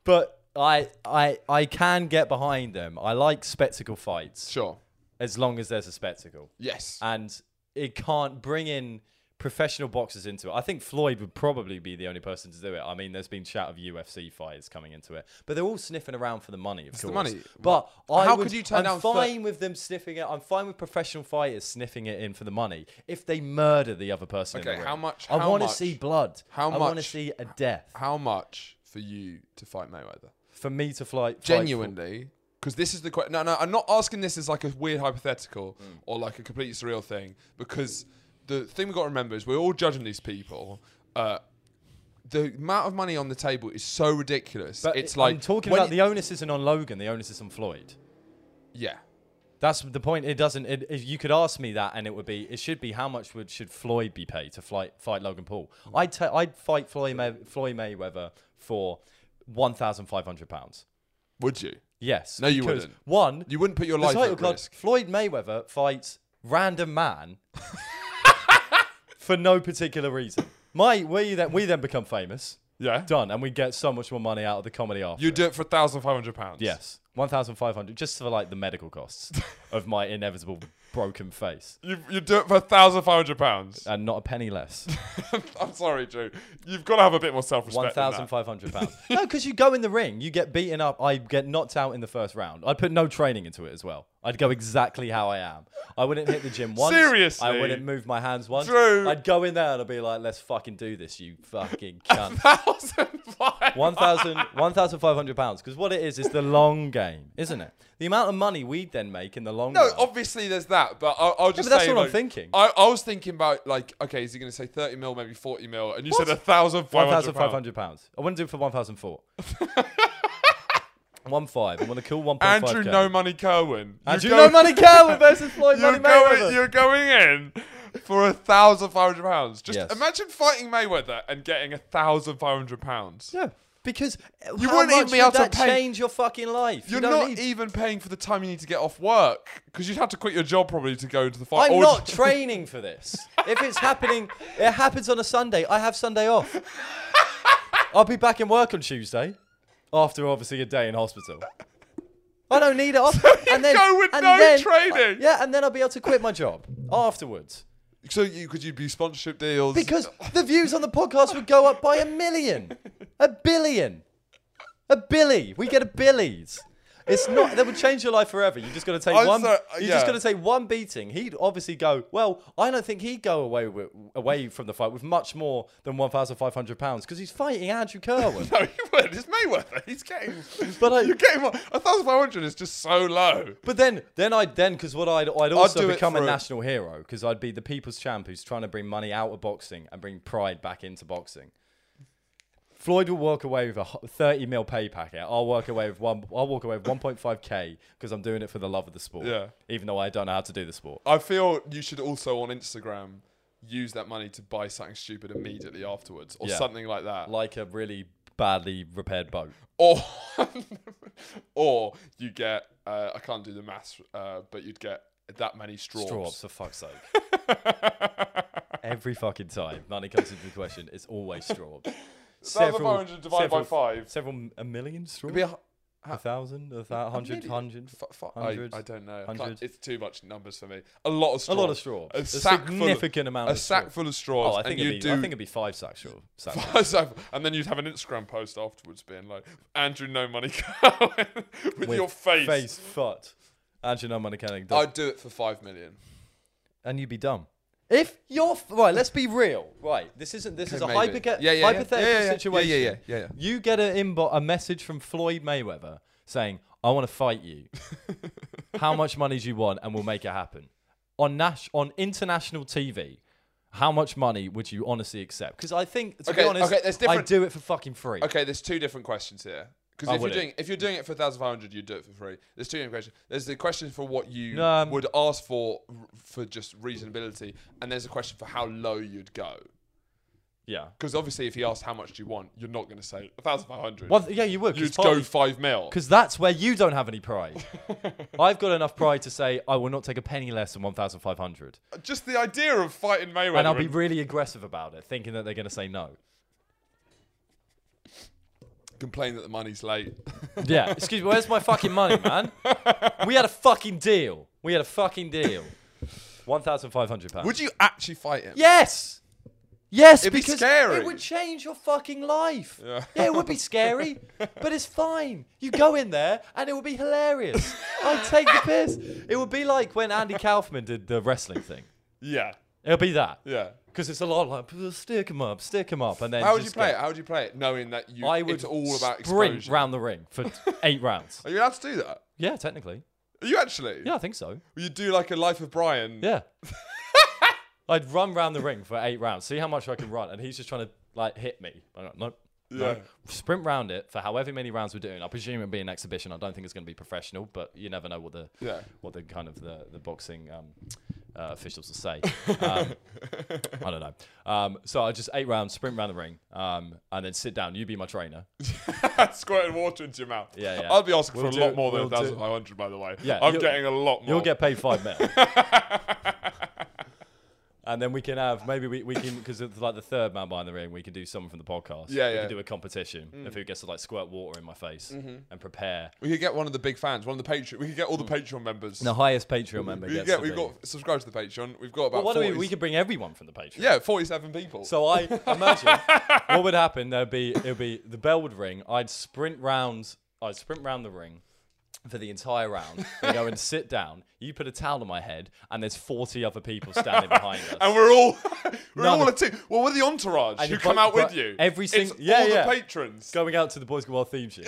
But I, I, I can get behind them. I like spectacle fights sure. as long as there's a spectacle, Yes. Uh, and it can't bring in professional boxers into it. I think Floyd would probably be the only person to do it. I mean, there's been chat of UFC fighters coming into it, but they're all sniffing around for the money, of the course. money. But I How would- could you turn I'm down thir- fine with them sniffing it. I'm fine with professional fighters sniffing it in for the money if they murder the other person. in the Okay, ring. how much- I how want to much- see blood. how I want to much- see a death How much for you to fight Mayweather? for me to fly fight for- genuinely because this is the question no no i'm not asking this as like a weird hypothetical Mm. or like a completely surreal thing because the thing we've got to remember is we're all judging these people uh, the amount of money on the table is so ridiculous But it's like I'm talking when about you- the onus isn't on Logan. The onus is on Floyd. yeah That's the point. It doesn't. It, if you could ask me that, and it would be. It should be how much would should Floyd be paid to fight fight Logan Paul? Mm. I'd ta- I'd fight Floyd May- Floyd Mayweather for one thousand five hundred pounds. would you Yes. No, you because wouldn't. One. you wouldn't put your the life title at card. risk Floyd Mayweather fights (laughs) random man for no particular reason. My, we then we then become famous. yeah Done, and we get so much more money out of the comedy after. you do it for 1500 pounds Yes. 1,500 just for like the medical (laughs) costs of my inevitable broken face you, you do it for 1500 pounds and not a penny less. (laughs) i'm sorry drew you've got to have a bit more self-respect than that. 1,500 pounds. No, because you go in the ring, you get beaten up. I get knocked out in the first round. I'd put no training into it as well. I'd go exactly how I am. I wouldn't hit the (laughs) gym once. I Seriously? wouldn't move my hands once. Drew. I'd go in there and I'd be like, let's fucking do this, you fucking (laughs) cunt. (laughs) 1,500. 1,000 1,500 pounds. Because what it is, is the long game, isn't it? The amount of money we'd then make in the long No, run. obviously there's that, but I'll, I'll just. but that's say, what I'm like, thinking. I, I was thinking about like, okay, is he going to say 30 mil, maybe 40 mil, and you said a thousand five One hundred. thousand five hundred pounds. I wouldn't do it for one (laughs) thousand four. one five. I want to cool one point five. Andrew No Money Kerwin. (laughs) You're Andrew going- No Money Coward versus Floyd You're Money going, Mayweather. you're going in for a thousand five hundred pounds. Just Yes. imagine fighting Mayweather and getting a thousand five hundred pounds. Yeah, because you wouldn't even be able to that pay- change your fucking life. You're you don't not need- even paying for the time you need to get off work because you'd have to quit your job probably to go into the fight. (laughs) I'm or- not training for this. If it's happening, it happens on a Sunday. I have (laughs) Sunday off. I'll be back in work on Tuesday, after obviously a day in hospital. I don't (laughs) need it off. and then, go with and no then- training. Yeah, and then I'll be able to quit my job afterwards. so you could you do sponsorship deals Because the views on the podcast would go up by a million, a billion, a billy. We get a billies. It's not that would change your life forever. You just got to take I'm one. sorry, You yeah. just got to take one beating. He'd obviously go. Well, I don't think he'd go away with, away from the fight with much more than one thousand five hundred pounds because he's fighting Andrew Kerwin. No, he would. It's Mayweather. He's getting. But I- you're getting what? A thousand five hundred is just so low. But then, then I'd then because what I'd I'd also do it become a for a- national hero because I'd be the people's champ who's trying to bring money out of boxing and bring pride back into boxing. Floyd will walk away with a hu- thirty mil pay packet. I'll walk away with one. I'll walk away with one point five k because I'm doing it for the love of the sport. Yeah. Even though I don't know how to do the sport. I feel you should also on Instagram use that money to buy something stupid immediately afterwards or Yeah. something like that. like a really badly repaired boat. or (laughs) or you get uh, I can't do the maths, uh, but you'd get that many straws. Straws, for fuck's sake. (laughs) Every fucking time money comes into the question, it's always straw. Several, 500 divided by several- five. several, a million (laughs) straw. It'd be a- A thousand, a thou- hundred, million? hundred. F- f- I- Hundred. I, don't know. I can't, Hundred. it's too much numbers for me. A lot of A straws. lot of straws. A, A sack full of- significant amount A of sack straws. full of straws. Oh, I think, and it'd you be, do. I think it'd be five sacks straw. Sack straw. So- and then you'd have an Instagram post afterwards being like, Andrew No Money (laughs) Cowan with, (laughs) your face. Face, foot. Andrew, no money counting. done. I'd do it for five million. And you'd be dumb. If you're f- right, let's be real. Right, this isn't. This Okay, is a maybe. hypoca- Yeah, yeah, yeah. hypothetical Yeah, yeah, yeah. situation. Yeah, yeah, yeah, yeah, yeah. You get an inbo- a message from Floyd Mayweather saying, "I want to fight (laughs) you. how much money do you want, and we'll make it happen on Nash on international TV." How much money would you honestly accept? Because I think, to Okay, be honest, okay, there's I different- do it for fucking free. Okay, there's two different questions here. I Because if you're wouldn't. doing if you're doing it for thousand five hundred, you'd do it for free. There's two different questions. There's the question for what you No, um, would ask for r- for just reasonability, and there's a question for how low you'd go. Yeah. Because obviously, if he asked how much do you want, you're not going to say thousand five hundred. Well, yeah, you would. 'cause You'd partly- go five mil. Because that's where you don't have any (laughs) pride. I've got enough pride to say I will not take a penny less than 1,500. Just the idea of fighting Mayweather. And I'll be really aggressive about it, thinking that they're going to say no. complain that the money's (laughs) late. Yeah. Excuse me, where's my fucking money, (laughs) man? We had a fucking deal. We had a fucking deal. £1,500. would you actually fight him? Yes! Yes, It'd be because scary. it would change your fucking life. Yeah. it would (laughs) be scary, but it's fine. You go in there and it would be hilarious. I'd take the piss. It would be like when Andy Kaufman did the wrestling thing. Yeah. It'll be that. Yeah. Because it's a lot like "Put- stick 'em up, stick 'em up, and then How would you just play go- it? How would you play it, knowing that you? I would it's all about sprint exposure. round the ring (laughs) for eight rounds. Are you allowed to do that? Yeah, technically. Are you actually? Yeah, I think so. You do like a Life of Brian. (laughs) Yeah. I'd run round the ring for eight rounds, see how much I can run, and he's just trying to like hit me. I'm like, nope. Yeah. No. Sprint round it for however many rounds we're doing. I presume it'd be an exhibition. I don't think it's going to be professional, but you never know what the Yeah. what the kind of the the boxing um, uh, officials will say. (laughs) Um, I don't know. Um, so I just eight rounds, sprint round the ring, um, and then sit down. You be my trainer. (laughs) Squirting water into your mouth. Yeah, yeah. I'll be asking We'll for do- a lot more than we'll do- 1,500, by the way. Yeah, I'm you'll- getting a lot more. You'll get paid (laughs) five mil. And then we can have maybe we, we can because it's like the third man behind the ring. We can do someone from the podcast. Yeah, We yeah. Mm. Mm-hmm. can do a competition of who gets to like squirt water in my face and prepare. We could get one of the big fans, one of the Patreon. We could get all the Patreon members. The highest Patreon member we gets. could get, to we've be- got subscribe to the Patreon. We've got Well, about why don't 40, we? We could bring everyone from the Patreon. yeah, 47 people. (laughs) So I imagine what would happen. There'd be it'd be the bell would ring. I'd sprint round. I'd sprint round the ring for the entire round. and go and sit down. You put a towel on my head, and there's 40 other people standing behind us. (laughs) and we're all we're None all a of- team. Well, we're the entourage And who you come both- out with but you. every It's single- yeah, all yeah. the patrons. going out to the Boys Go Wild theme (laughs) tune.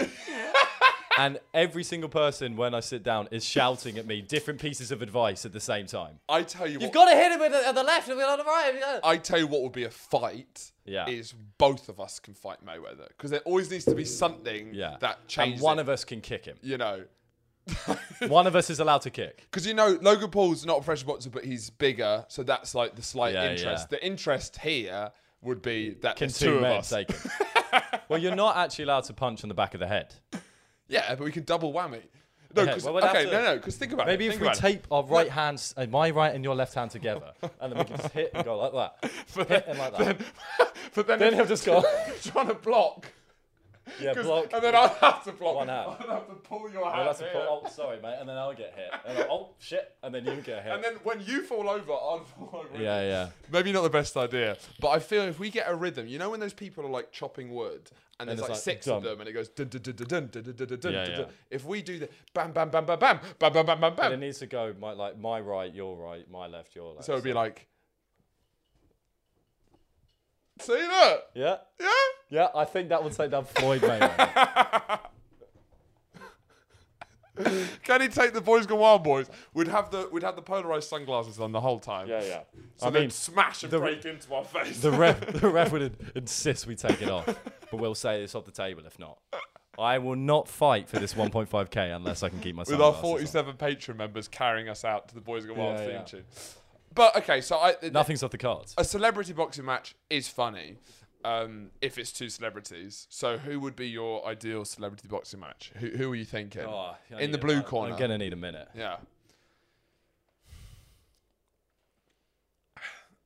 and every single person, when I sit down, is shouting at me different pieces of advice at the same time. I tell you You've what, got to hit him at the, at the left, and on the right. and the- I tell you what would be a fight Yeah. is both of us can fight Mayweather because there always needs to be something Yeah. that changes. And one it, of us can (laughs) kick him. you know, One of us is allowed (laughs) to kick. Because you know, Logan Paul's not a pressure boxer, but he's bigger, so that's like the slight Yeah, interest. The interest here would be that Can there's two, two of men us. take (laughs) him? well, you're not actually allowed to punch on the back of the head. Yeah, but we can double whammy. No, Okay, because well, we'd have okay, to- no, no, because think about Maybe it. if think we about it. tape our right hands, uh, my right and your left hand together, and then we can just hit and go (laughs) like that. hit and like that. but then, Then (laughs) if he'll just go. you're trying to block, Yeah, 'Cause- block. And then I'll have to block. One out. I'll have to pull your I'll hand. have to here. pull, oh, sorry, mate. And then I'll get hit. And I'll- oh, shit. And then you get hit. And then when you fall over, I'll fall over. with yeah, you. yeah. Maybe not the best idea, but I feel if we get a rhythm, you know when those people are like chopping wood and, there's it's like, like, six of dum. them and it goes dun dun dun dun dun dun dun dun dun dun. Yeah, dun, yeah. dun. If we do the bam bam bam bam bam bam bam bam bam But it bam, needs to go my like my right, your right, my left, your left. so it'd be like, see that? yeah, Yeah. yeah. I think that would take down Floyd Mayweather. (laughs) Can he take the boys gone wild boys? We'd have the we'd have the polarized sunglasses on the whole time. yeah, yeah. So I mean, smash and the- break into my face. (laughs) the ref, the ref would in- insist we take it off, but we'll say it's off the table if not. I will not fight for this 1.5k unless I can keep my with our sunglasses on. 47 patron members carrying us out to the Boys Gone Wild Yeah, theme yeah. tune. But okay, so I, Nothing's off the cards. a celebrity boxing match is funny um, if it's two celebrities. So who would be your ideal celebrity boxing match? Who, who are you thinking? Oh, I in the need- blue I- corner. I'm gonna need a minute. Yeah.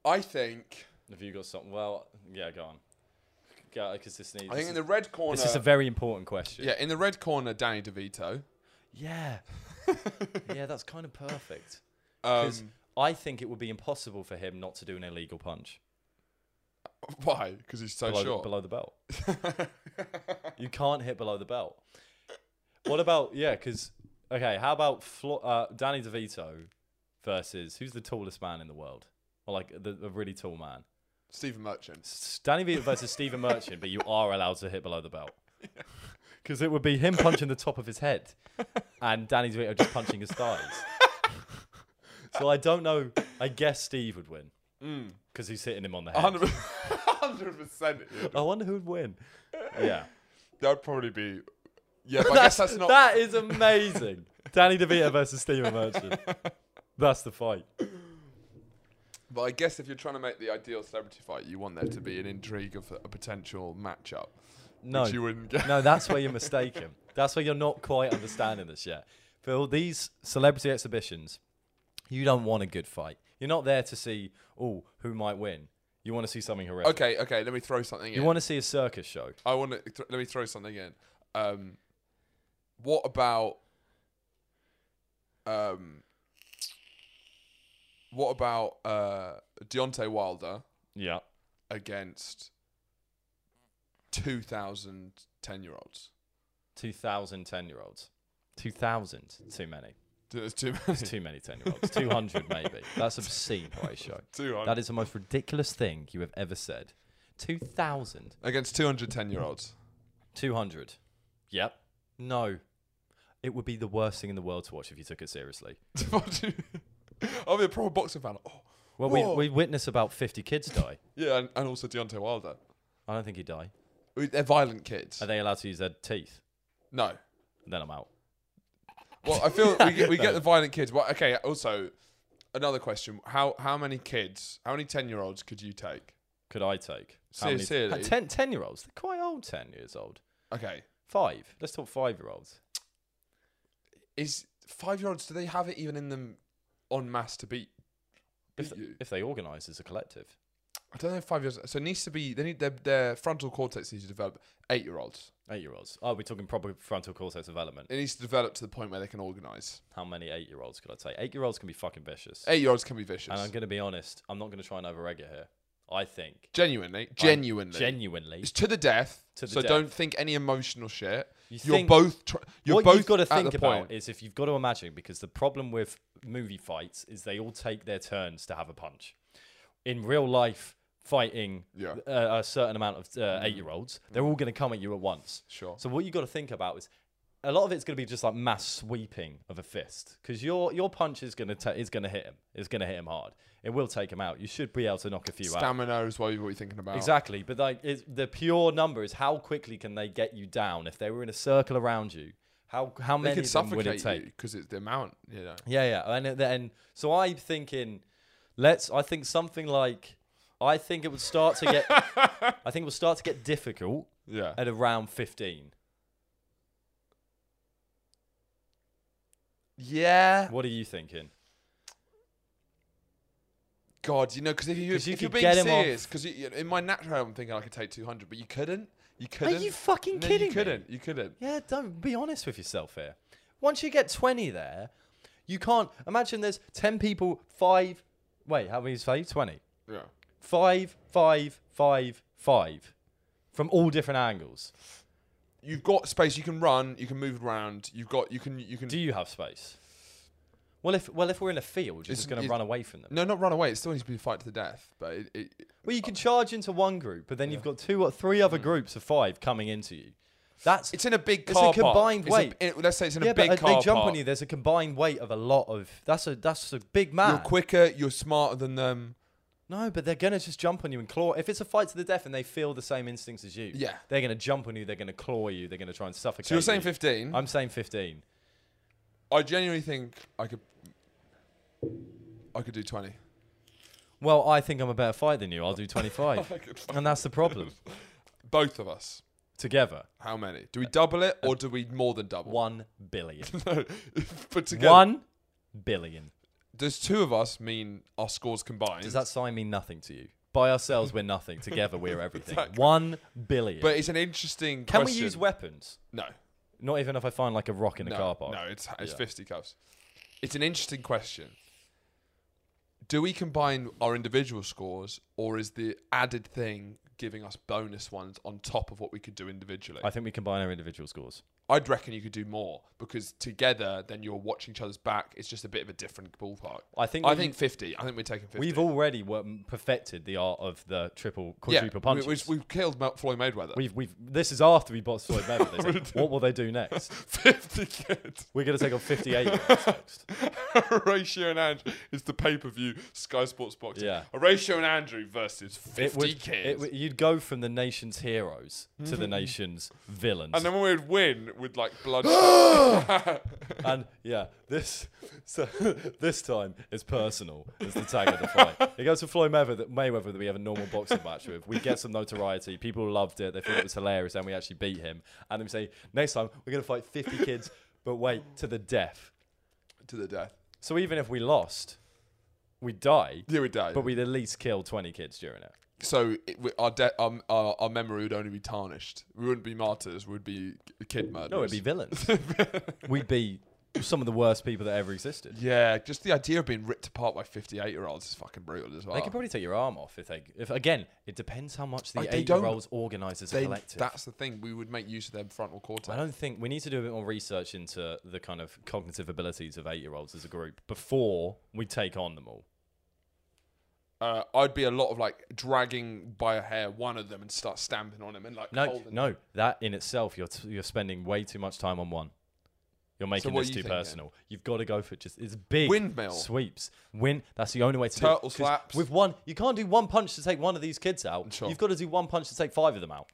I think Have you got something? Well, yeah, go on. Go, because this needs. I think in this, the red corner. is, this is a very important question. yeah, in the red corner, Danny DeVito. Yeah. (laughs) yeah, that's kind of perfect. 'Cause Um, I think it would be impossible for him not to do an illegal punch why? Because he's so below, short. below the belt. you can't hit below the belt. What about yeah? Because okay, how about Flo- uh, Danny DeVito versus who's the tallest man in the world? Or like the, a really tall man. (laughs) Stephen Merchant. (laughs) S- Danny DeVito versus Stephen Merchant, but you are allowed to hit below the belt. Because it would be him punching the top of his head and Danny DeVito just punching his thighs. so I don't know. I guess Steve would win because he's hitting him on the head. (laughs) 100 percent. I wonder who would win. Yeah. That would probably be. Yeah, but (laughs) I guess that's not. That is amazing. Danny DeVito versus Steven Merchant. That's the fight. But I guess if you're trying to make the ideal celebrity fight, you want there to be an intrigue of a potential matchup, No. which you wouldn't get. No, that's where you're mistaken. That's where you're not quite understanding this yet. For all these celebrity exhibitions, you don't want a good fight. You're not there to see, oh, who might win. You want to see something (laughs) horrific. Okay, okay. Let me throw something You in. want to see a circus show. I want to th- let me throw something in. Um, what about um, what about uh Deontay Wilder Yeah. against two thousand ten year olds? (laughs) 2,000 10 year olds. 2,000. Too many. There's too It's too many 10 year olds. 200 maybe. That's obscene ratio. two hundred That is the most ridiculous thing you have ever said. 2,000. against two hundred ten year olds. 200. Yep. No. It would be the worst thing in the world to watch if you took it seriously. What do you- (laughs) I'll be a proper boxing fan. Oh, Well, Whoa. we, we witness about 50 kids die. yeah, and, and also Deontay Wilder. I don't think he die. We- They're violent kids. Are they allowed to use their teeth? No. Then I'm out. Well, I feel we (laughs) get, we get the violent kids. Well, okay. Also, another question: how how many kids, how many ten year olds could you take? Could I take? Ser- seriously? 10, 10 year olds. They're quite old, 10 years old. Okay, Five. Let's talk five year olds. is five year olds? Do they have it even in them on mass to beat? If, beat you? if they organise as a collective. I don't know. if Five years. So it needs to be. They need their, their frontal cortex needs to develop. Eight year olds. Eight year olds. Oh, we're talking proper frontal cortex development. It needs to develop to the point where they can organize. How many eight year olds could I take? Eight year olds can be fucking vicious. Eight year olds can be vicious. And I'm going to be honest, I'm not going to try and overegg it here. I think genuinely, genuinely, genuinely It's to the death. To the so death. don't think any emotional shit. You You are think- both. Tr- you're what both you've got to at think the about point. is if you've got to imagine, because the problem with movie fights is they all take their turns to have a punch. In real life, fighting Yeah. Mm-hmm. uh, a certain amount of uh, eight-year-olds, they're all going to come at you at once. Sure. So what you've got to think about is a lot of it's going to be just like mass sweeping of a fist because your your punch is going to ta- is going to hit him. It's going to hit him hard. It will take him out. You should be able to knock a few out. Stamina is what you- what you're thinking Oh. about. Exactly, but like it's, the pure number is how quickly can they get you down if they were in a circle around you? How how They many could of them would it suffocate take? you because it's the amount. You (laughs) know. Yeah, yeah, and then so I'm thinking, let's. I think something like I think it would start to get. (laughs) I think it would start to get difficult Yeah. at around fifteen. Yeah. What are you thinking? God, you know, because if, you, 'Cause you if you're could being get him off. serious, because in my natural, I'm thinking I could take 200, but you couldn't. You couldn't. you fucking No, kidding You me? couldn't. You couldn't. Yeah, don't be honest with yourself here. Once you get 20 there, you can't imagine there's 10 people, five. Wait, how many is five? 20. Yeah. Five, five, five, five. From all different angles. You've got space. You can run. You can move around. You've got. You can. You can. Do you have space? Well, if well, if we're in a field, you're It's- just going to it- run away from them. no, not run away. It still needs to be a fight to the death. But it, it, it- Well, you can charge into one group, but then you've got two or three other groups of five coming into you. That's it's in a big Mm. It's a car. park. combined It's a- weight. it- let's say it's in yeah, a big but uh, car. they jump park. on you. There's a combined weight of a lot of. That's a that's a big man. You're quicker. You're smarter than them. No, but they're gonna just jump on you and claw. If it's a fight to the death and they feel the same instincts as you, Yeah. they're gonna jump on you. They're gonna claw you. They're gonna try and suffocate. So you're saying you. 15. I'm saying 15. I genuinely think I could. I could do 20. Well, I think I'm a better fight than you. (laughs) I'll do 25, and that's the problem. Both of us. Together, How many? Do we double it or do we more than double? one billion. no, but (laughs) together, one billion. does two of us mean our scores combined? Does that sign mean nothing to you? By ourselves, we're nothing. (laughs) Together, we're everything. Exactly. One billion. but it's an interesting Can question. we use weapons? no, Not even if I find like a rock in a no, car park. no. It's it's Yeah. fifty cups. It's an interesting question. Do we combine our individual scores, or is the added thing giving us bonus ones on top of what we could do individually? I think we combine our individual scores. I'd reckon you could do more because together, then you're watching each other's back. It's just a bit of a different ballpark. I think I we- think fifty. I think we're taking fifty. We've already wor- perfected the art of the triple, yeah, quadruple we, punches. we, we've killed Ma- Floyd Mayweather. (laughs) We've, we've, this is after we bought Floyd Mayweather. They said, what will they (laughs) do next? 50 kids. (laughs) We're going to take on 58 year olds next. Horatio and Andrew is the pay per view Sky Sports boxing. Yeah. Horatio and Andrew versus 50 It would, kids. it would, you'd go from the nation's heroes to the nation's villains. and then we'd win with like (gasps) blood. (laughs) and yeah, this so (laughs) this time is personal. Is the tag of the fight. It goes to Floyd Mayweather, Mayweather that we have a normal boxing match with. We get some notoriety. People loved it. They thought it was hilarious, and we actually beat him. And then we say next time we're gonna fight 50 kids, but wait to the death. to the death. So even if we lost, we die, Yeah, we died. but we'd at least kill 20 kids during it. so it, we, our, de- um, our our memory would only be tarnished. We wouldn't be martyrs. We'd be kid murderers. No, it'd be villains. we'd be some of the worst people that ever existed. Yeah, just the idea of being ripped apart by 58 year olds is fucking brutal as well. They could probably take your arm off if they. If again, it depends how much the Like, they don't- eight-year-olds organise as a They- collective. that's the thing. We would make use of their frontal I cortex. don't think we need to do a bit more research into the kind of cognitive abilities of eight-year-olds as a group before we take on them all. Uh, I'd be a lot of like dragging by a hair one of them and start stamping on him and like No, holding no, that in itself, you're t- you're spending way too much time on one. You're making what this are you too thinking? personal. You've got to go for just it's big Windmill. sweeps. Win. That's the only way to do it. Turtle 'Cause slaps. With one, you can't do one punch to take one of these kids out. Sure. You've got to do one punch to take five of them out.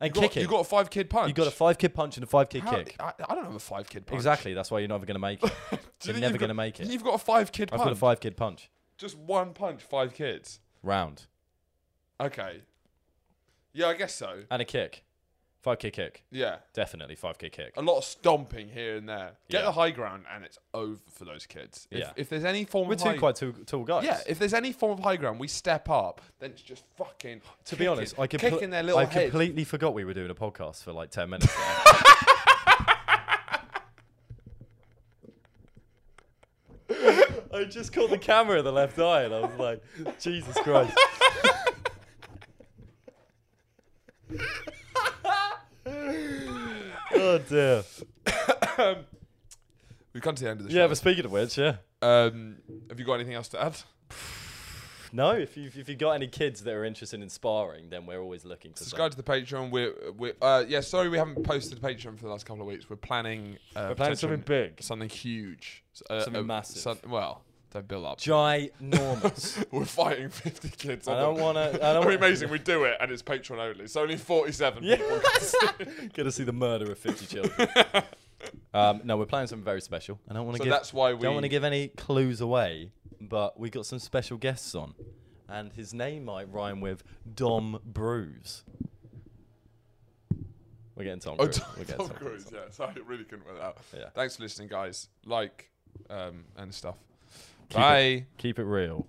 And You kick got, it. you got a five kid punch. You got a five kid punch and a five kid How- kick. I, I don't have a five kid punch. Exactly. That's why you're never going (laughs) to make it. Do you you're think never you've going to got- make it. You've got a five kid I've punch. got a five kid punch. Just one punch, five kids. Round. Okay. Yeah, I guess so. And a kick. Five kid kick. Yeah. Definitely five kid kick. A lot of stomping here and there. Get Yeah. the high ground, and it's over for those kids. If, Yeah. if there's any form We're of two high, quite tall, tall guys. yeah, if there's any form of high ground, we step up. Then it's just fucking. to be honest, I, compl- kicking their little I head. completely forgot we were doing a podcast for like 10 minutes. there. (laughs) I just caught the camera in the left eye and I was like, Jesus Christ. (laughs) oh dear. We've come to the end of the Yeah, show. but speaking of which, yeah. Um, have you got anything else to add? No, if you if you got any kids that are interested in sparring, then we're always looking for Subscribe to the Patreon. We're, we're uh, yeah. Sorry, we haven't posted the Patreon for the last couple of weeks. We're planning. Uh, We're planning potential- something big. something huge, S- uh, Something uh, massive. well, don't build up. ginormous. (laughs) We're fighting fifty kids. I on don't the- (laughs) wanna- I don't It'd be wa- amazing. We do it, and it's Patreon only. It's only forty-seven. (laughs) people. Get to see the murder of (laughs) 50 children. um, no, we're planning something very special. I don't want to So give that's why we don't want to give any clues away, but we got some special guests on, and his name might rhyme with Dom Bruise. We're getting Tom. Oh, Cruise. Tom, we're getting Tom Tom Cruise. Cruise. Yeah, sorry, I really couldn't work that out. Yeah. Thanks for listening, guys. Like, um, and stuff. Keep it- Bye. Keep it real.